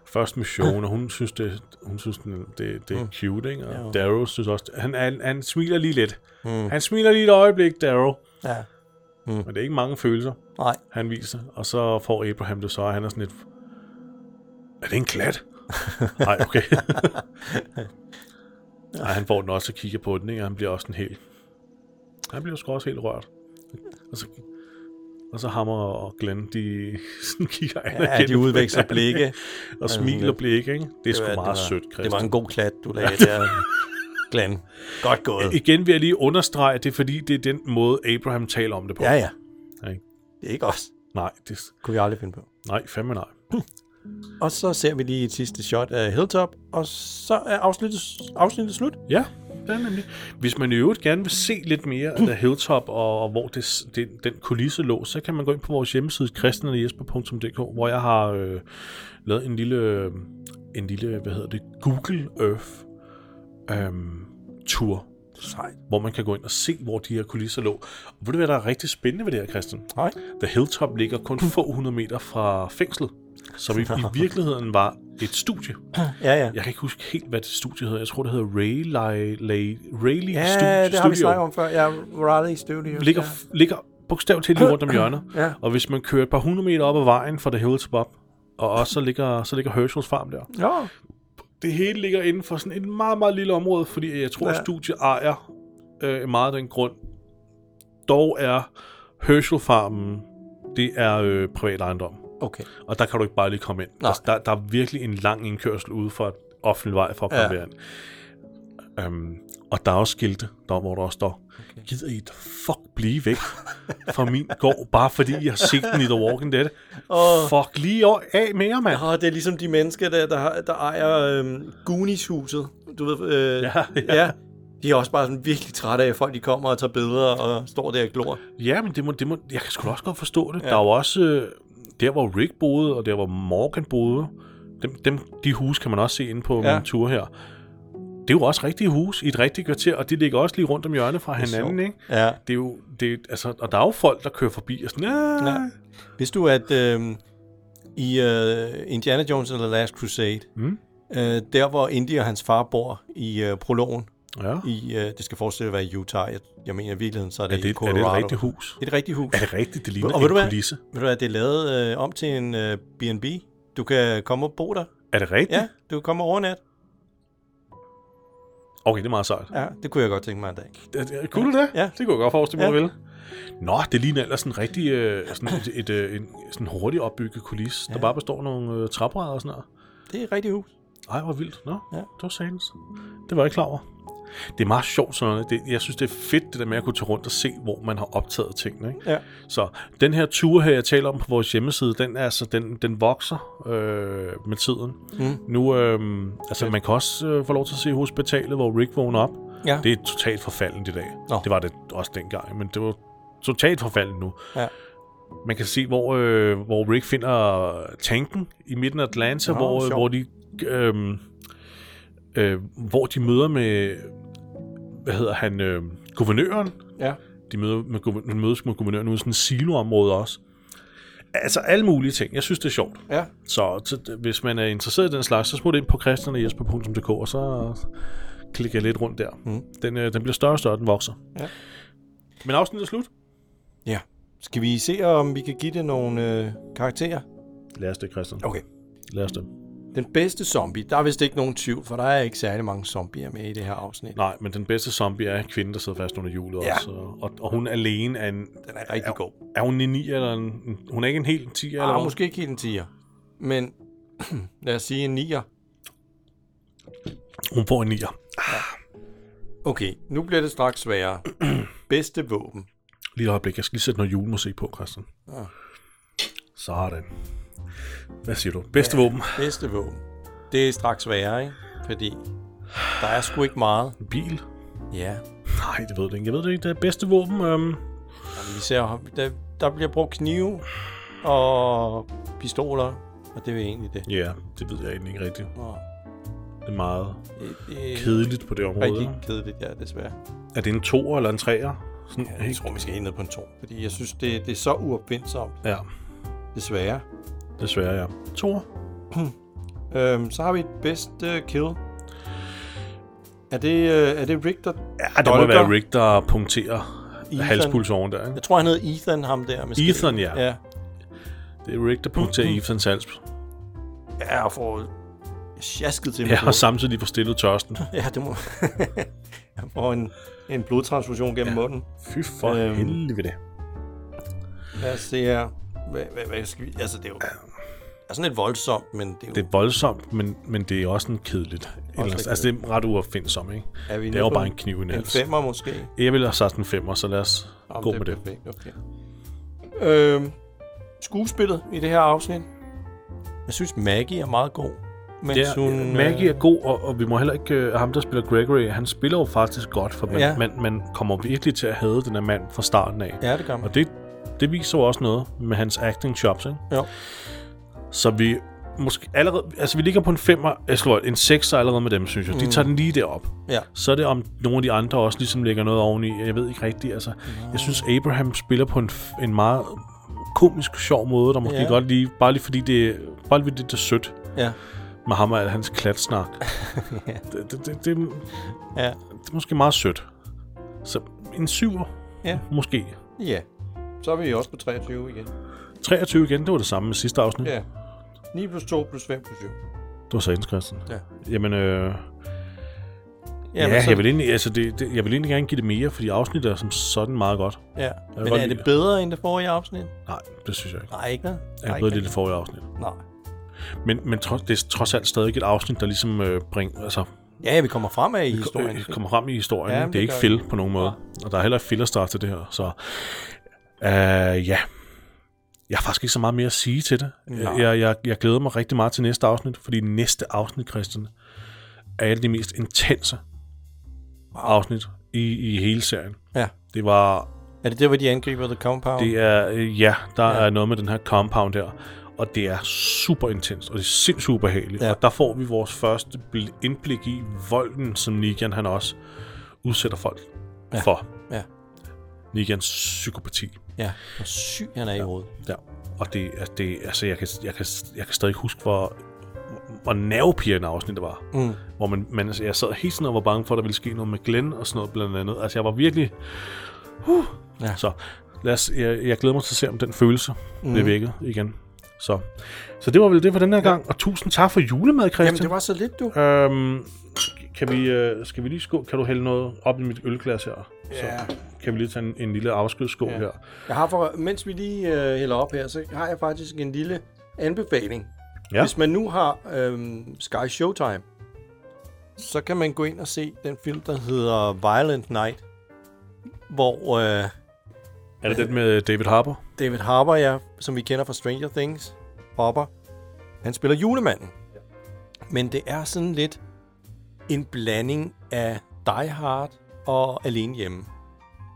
Først med showen, og hun synes, det, hun synes, den- det, det er cute, ikke? Og Darrow synes også, han, han, han smiler lige lidt. Han smiler lige et øjeblik, Darrow.
Ja.
Men det er ikke mange følelser,
Nej,
han viser. Og så får Abraham det så, og han er sådan lidt... Er det en klat? Nej, okay. Ej, han får den også og kigger på den, ikke? Og han bliver også en helt... Han bliver sgu også helt rørt. Og så, og så hammer og Glenn, de sådan kigger
ja, de
anerkendende på
udveksler
hinanden,
blikke.
ikke? Og smiler
lidt-
blikke, ikke? Det er sgu
var-
meget
var-
sødt, Christian.
Det var en god klat, du lagde der, Glenn. Godt gået.
Igen vil jeg lige understrege, at det er fordi, det er den måde, Abraham taler om det på.
Ja, ja.
Nej.
Det er ikke os.
Nej, det,
Kunne vi aldrig finde på.
nej, fandme nej.
Og så ser vi lige et sidste shot af Hilltop, og så er afsnittet, afsnittet slut.
Ja, Ja, nemlig. Hvis man i øvrigt gerne vil se lidt mere af The Hilltop, og, og hvor det, s- den, den kulisse lå, så kan man gå ind på vores hjemmeside, kristenandjesper.dk, hvor jeg har øh, lavet en lille, øh, en lille, hvad hedder det, Google Earth øhm, tour,
Sejt.
hvor man kan gå ind og se, hvor de her kulisser lå. Og ved du, hvad der er rigtig spændende ved det her, Christian?
Nej.
The Hilltop ligger kun
Hmm.
få hundrede meter fra fængslet, som i, i virkeligheden var et studie.
Ja, ja.
Jeg kan ikke huske helt, hvad det studie hedder. Jeg tror, det hedder Rayleigh, Lay, Rayleigh
Ja, det har
Studio.
vi snakket om før. Ja, Raleigh Studio.
Ligger,
ja.
ligger bogstaveligt talt lige rundt om hjørnet.
Ja.
Og hvis man kører et par hundrede meter op ad vejen fra The Hilltop op, og også så ligger, så ligger Herschels farm der.
Ja,
Det hele ligger inden for sådan et meget, meget lille område, fordi jeg tror,
Ja.
ja. studiet ejer øh, meget af den grund. Dog er Herschel-farmen, det er øh, privat ejendom.
okay.
Og der kan du ikke bare lige komme ind.
Nej.
Altså, der, der er virkelig en lang indkørsel ude for et offentlig vej for at komme
Ja.
ja. ind. Um, og der er også skilte, der, hvor der også står, okay. gider I et fuck blive væk fra min gård, bare fordi jeg har set den i The Walking Dead? Oh. Fuck lige år af mere, mand.
Åh, det er ligesom de mennesker, der, der, har- der ejer øhm, Goonies-huset. Du ved, øh,
Ja, ja.
ja. De er også bare sådan virkelig trætte af, at folk de kommer og tager billeder og står der og glor.
Ja, men det må, det må, jeg kan sgu da også godt forstå det. Ja. Der er jo også øh, der, hvor Rick boede, og der, hvor Morgan boede. Dem, dem, de huse kan man også se inde på
Ja.
ja. min tur her. Det er jo også rigtige hus i et rigtigt kvarter, og de ligger også lige rundt om hjørnet fra hinanden, ikke?
Ja.
Det er jo, det, er- altså, og der er jo folk, der kører forbi og sådan, "Ah."
Ja. Vidste du, at øh, i øh, Indiana Jones and the Last Crusade, mm. øh, der hvor Indy og hans far bor i øh, prologen,
ja.
i, øh, det skal forestille at være i Utah, jeg, jeg mener i virkeligheden, så er det,
Er det,
i
er
Colorado.
det et rigtigt hus?
Det er et rigtigt hus.
Er det rigtigt, det ligner
Og ved du
en
hvad?
kulisse?
Ved du hvad, det er lavet øh, om til en øh, B&B. Du kan komme og bo der.
Er det rigtigt?
Ja, du kan komme og overnat.
Okay, det er meget sejt.
Ja, det kunne jeg godt tænke mig en dag.
Ja. Kunne du det?
Ja.
Det kunne jeg godt forestille mig,
Ja.
ja. vel. Nå, det ligner ellers sådan en rigtig øh, sådan et, et, øh, en sådan hurtigt opbygget kulis, ja. der bare består af nogle øh, træbrædder og sådan noget.
Det er et rigtigt hus.
Ej, hvor vildt. Nå, ja.
Ja.
det var sadens. Det var jeg ikke klar over. Det er meget sjovt sådan noget. Det, jeg synes, det er fedt, det der med at kunne tage rundt og se, hvor man har optaget tingene. Ikke?
Ja.
Så den her tur her, jeg taler om på vores hjemmeside, den, er altså, den, den vokser øh, med tiden. Mm. Nu, øh, altså, man kan også øh, få lov til at se hospitalet, hvor Rick vågner op.
Ja.
Det er totalt forfaldent i dag.
Nå.
Det var det også dengang, men det var totalt forfaldent nu.
Ja.
Man kan se, hvor, øh, hvor Rick finder tanken i midten af Atlanta,
Nå,
hvor,
sjovt.
hvor de... Øh, øh, hvor de møder med, hvad hedder han, øh, guvernøren.
Ja.
De møder med, guver- de mødes med guvernøren ude i sådan en siloområde også. Altså alle mulige ting. Jeg synes, det er sjovt.
Ja.
Så t- hvis man er interesseret i den slags, så smut ind på christianjesper.dk, og så klikker jeg lidt rundt der. Mm. Den, øh, den bliver større og større, den vokser.
Ja.
Men afsnittet er slut.
Ja. Skal vi se, om vi kan give det nogle øh, karakterer?
Lad os det, Christian.
Okay.
Lad os det.
Den bedste zombie, der er vist ikke nogen tvivl, for der er ikke særlig mange zombier med i det her afsnit.
Nej, men den bedste zombie er en kvinde, der sidder fast under hjulet
Ja.
ja. også. Og, og hun alene er en...
Den er rigtig god.
Er hun en 9 eller en... en- Hun er ikke en helt 10 eller
Ah,
hvad?
måske ikke helt en 10'er, men lad os sige en 9'er.
Hun får en 9'er.
Okay, nu bliver det straks sværere. bedste våben.
Lige et øjeblik, jeg skal lige sætte noget julemusik på, Christian. Ja. Sådan. Hvad siger du? Bedste ja. våben?
Bedste våben. Det er straks sværere, ikke? Fordi der er sgu ikke meget.
Bil?
Ja.
Nej, det ved jeg ikke. Jeg ved det ikke. Det er bedste våben. Øhm,
Vi ser, der, der bliver brugt knive og pistoler, og det er egentlig det.
ja, det ved jeg egentlig ikke rigtigt.
Nå.
Det er meget
Det, det er
kedeligt på det område.
rigtig
ikke?
kedeligt, ja, desværre.
Er det en toer eller en treer? Sådan,
Ja, jeg tror, vi skal helt ned på en to, fordi jeg synes, det, det er så uopfindsomt,
Ja,
desværre.
desværre ja. Toer?
Øhm, så har vi et bedste kill. Er det, øh, er det Rick, der
Ja, det må
dolker?
være Rick, der punkterer
Ethan.
halspulsåren der. Ikke?
Jeg tror, han hed Ethan, ham der. Måske.
Ethan, ja.
Ja,
Det er Rick, der punkterer Ethans hals.
ja og får sjasket til med
Ja,
blod.
og samtidig får stillet tørsten.
Ja, det må... jeg får en, en blodtransfusion gennem ja. munden.
Fy for
Øhm.
øhm. helvede.
Lad os se her. Hvad, hvad, hvad skal vi... Altså, det er jo... Det er sådan lidt voldsomt, men det er jo...
Det er voldsomt, men, men det er også en kedeligt. Et eller andet- Altså, det er ret uopfindsomt, ikke?
er vi
det
nede
er jo
på
bare en kniv i en
En
hals.
femmer måske.
Jeg ville have sagt en femmer, så lad os
Om
gå med det.
perfekt, okay. Øhm, skuespillet i det her afsnit. Jeg synes, Maggie er meget god. mens
Ja,
hun... øh,
Maggie er god, og, og vi må heller ikke... Øh, ham, der spiller Gregory, han spiller jo faktisk godt, for man, ja.
Ja.
man, man kommer virkelig til at have den her mand fra starten af.
Ja, det gør man.
Og det, det viser jo også noget med hans acting chops, ikke?
Jo.
Så vi måske allerede... Altså, vi ligger på en femmer, jeg skal en sekser allerede med dem, synes jeg.
Mm.
De tager den lige derop.
Ja.
Så er det om nogle af de andre også ligesom lægger noget oveni. Jeg ved ikke rigtigt, altså. Jeg synes, Abraham spiller på en, f- en meget komisk, sjov måde, der måske ja.
Ja.
godt lige... Bare lige fordi det, bare lige fordi det er sødt
Ja.
med ham og al hans klatsnak. det, det, det, det,
Ja.
det er måske meget sødt. Så en syver,
Ja.
måske.
ja. Så er vi også på 23 igen.
23 igen, det var det samme med sidste afsnit.
Ja. 9 plus 2 plus 5 plus 7.
Det var Satans Christen.
Ja.
Jamen, øh, ja, ja
så,
jeg, vil egentlig, altså det, det, jeg vil egentlig gerne give det mere, fordi afsnittet er som sådan meget godt.
ja.
godt
Men er
lide-
det bedre end det forrige afsnit?
Nej, det synes jeg ikke.
Nej, ikke noget.
Jeg
Nej,
er blevet
ikke
lidt forrige afsnit.
noget. Nej.
Men, men trods, det er trods alt stadig et afsnit, der ligesom øh, bringer, altså,
Ja, ja, vi kommer fremad i historien.
øh, kommer frem i historien.
Ja,
Ja, det, det
men det
er ikke
gør
fil på nogen måde. Og der er heller ikke fillerstart til det her. Så øh, ja, jeg har faktisk ikke så meget mere at sige til det.
Nej.
Jeg, jeg, jeg glæder mig rigtig meget til næste afsnit, fordi næste afsnit, Christian, er et af de mest intense afsnit i, i hele serien.
Ja.
Det var
Er det der, hvor de angriber The Compound?
det er, øh, ja, der ja. er noget med den her compound her, og det er super intenst, og det er sindssygt ubehageligt. Ja.
Ja.
Og der får vi vores første bl- indblik i volden, som Negan han også udsætter folk ja. for.
Ja.
Negans psykopati.
Ja. Hvor syg han er i hovedet.
Ja. Og det, er- det altså, jeg kan, jeg, kan, jeg kan stadig huske, hvor, hvor nervepirrende afsnit det var. Mm. Hvor man, man, altså, jeg sad hele tiden og var bange for, at der ville ske noget med Glenn og sådan noget blandt andet. Altså, jeg var virkelig... Uh. Ja.
Ja.
Så lad os, jeg, jeg glæder mig til at se, om den følelse mm. bliver vækket igen. Så. så det var vel det for den her gang. Og tusind tak for julemad, Christian.
Jamen, det var så lidt, du.
Øhm, kan vi, øh, skal vi lige skål? Kan du hælde noget op i mit ølglas her? Ja. Så kan vi lige tage en, en lille afskedsskål ja. her.
Jeg har for, mens vi lige øh, hælder op her, så har jeg faktisk en lille anbefaling.
Ja.
Ja. Hvis man nu har øhm, Sky Showtime, så kan man gå ind og se den film, der hedder Violent Night, hvor øh,
Er det den med David Harbour?
David Harbour, ja, som vi kender fra Stranger Things, Hopper, han spiller julemanden. Men det er sådan lidt en blanding af Die Hard og Alene Hjemme.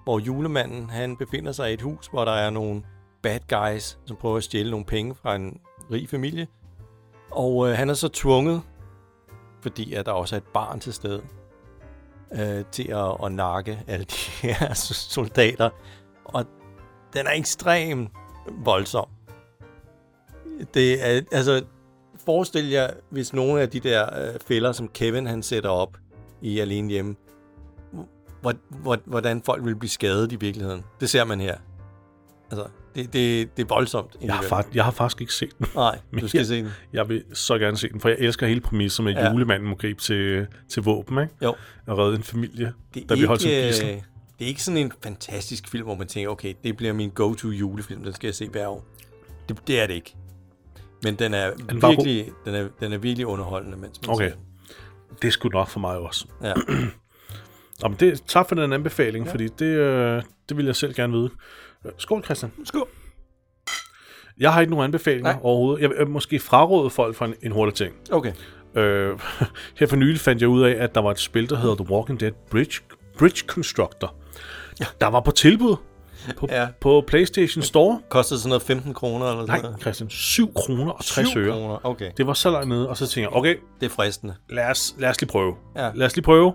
Hvor julemanden, han befinder sig i et hus, hvor der er nogle bad guys, som prøver at stjæle nogle penge fra en rig familie. Og øh, han er så tvunget, fordi at der også er et barn til stede, øh, til at, at nakke alle de her soldater. Og den er ekstremt voldsom. Det er, altså, forestil jer, hvis nogle af de der øh, fælder, som Kevin han sætter op i Alene Hjemme, hvor, hvor, hvordan folk vil blive skadet i virkeligheden. Det ser man her. Altså, det, det, det er voldsomt.
Jeg har, fakt, jeg har faktisk ikke set den.
Nej, du skal se den.
Jeg vil så gerne se den, for jeg elsker hele præmissen med, at ja.
Ja.
julemanden må gribe til, til våben, ikke?
Jo.
Og redde en familie,
det er
der bliver holdt som
ikke,
gidsel.
øh, Det er ikke sådan en fantastisk film, hvor man tænker, okay, det bliver min go-to julefilm, den skal jeg se hver år. Det, det er det ikke. Men den er,
Den var
virkelig, den er, den er virkelig underholdende, mens man
Okay.
ser den.
Det skulle nok for mig også.
Ja.
Om det, tak for den anbefaling, ja. fordi det, øh, det vil jeg selv gerne vide. Øh, Skål, Christian.
Skål.
Jeg har ikke nogen anbefalinger Nej.
Nej.
overhovedet. Jeg vil øh, måske fraråde folk fra en, en hurtig ting.
Okay.
Øh, her for nylig fandt jeg ud af, at der var et spil, der hedder The Walking Dead Bridge, Bridge Constructor. Ja. Der var på tilbud på, ja.
Ja.
på PlayStation Store.
Koster sådan noget 15 kroner eller sådan
Nej,
noget?
Christian, 7 kroner og 60
Syv
øre.
kroner, okay.
Det var så langt nede, og så tænkte jeg, okay,
Det er fristende.
lad os, lad os lige prøve.
Ja.
Lad os lige prøve.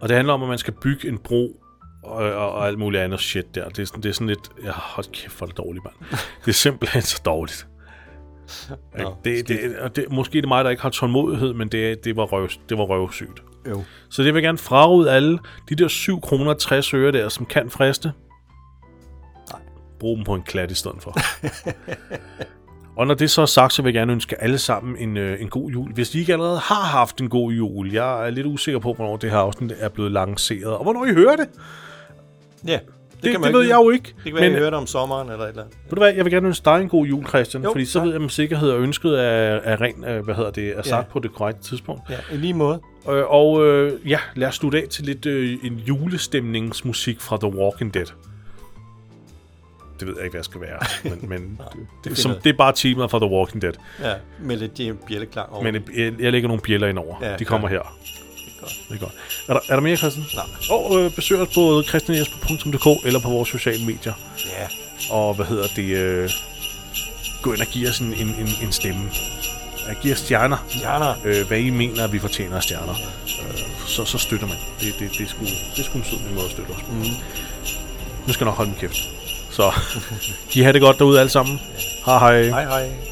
Og det handler om, at man skal bygge en bro og, og, og alt muligt andet shit der. Det er sådan, det er sådan lidt... Ja, hold kæft, hvor er det dårligt, mand. Det er simpelthen så dårligt. Ikke? det, det, og det, måske er det mig, der ikke har tålmodighed, men det, det, var, røv, det var røvsygt.
Jo.
Så det vil jeg gerne fraråde alle de der 7 kroner 60 øre der, som kan friste. Nej. Brug dem på en klat i stedet for. Og når det så er sagt, så vil jeg gerne ønske alle sammen en, øh, en god jul. Hvis I ikke allerede har haft en god jul, jeg er lidt usikker på, hvornår det her afsnit er blevet lanceret, og hvornår I hører det. Det,
Ja, det,
det,
kan man
det ved
vide.
jeg jo ikke.
Det kan være, men... jeg
øh,
hørte om sommeren eller et eller andet.
ved du hvad, jeg vil gerne ønske dig en god jul, Christian, jo,
Jo,
fordi så
tak.
ved jeg med sikkerhed, at ønsket er, er rent, øh, hvad hedder det, er sagt
Ja.
på det korrekte tidspunkt.
Ja, i lige måde.
Øh, og øh, ja, lad os slutte af til lidt øh, en julestemningsmusik fra The Walking Dead. det ved jeg ikke, hvad jeg skal være. Men, men det, som,
finder-
det er bare temaet fra The Walking Dead.
Ja, med lidt bjælleklang over.
Men øh, jeg, jeg lægger nogle bjæller ind over.
Ja,
Ja, de kommer her.
godt.
Det er godt. Er der, er der mere, Christian?
Nej.
Og øh, besøg os på christianjesper.dk eller på vores sociale medier.
Ja,
Og hvad hedder det? Øh, gå ind og giv os en, en, en, en stemme. Øh, Giv os stjerner.
stjerner.
Øh, hvad I mener, at vi fortjener af stjerner. Øh, så, så støtter man. Det, det, det, er sgu, det er sgu en sødlig måde at støtte os. Mm. Nu skal jeg nok holde min kæft. Så kan I have det godt derude alle sammen. Hej hej.
Hej hej.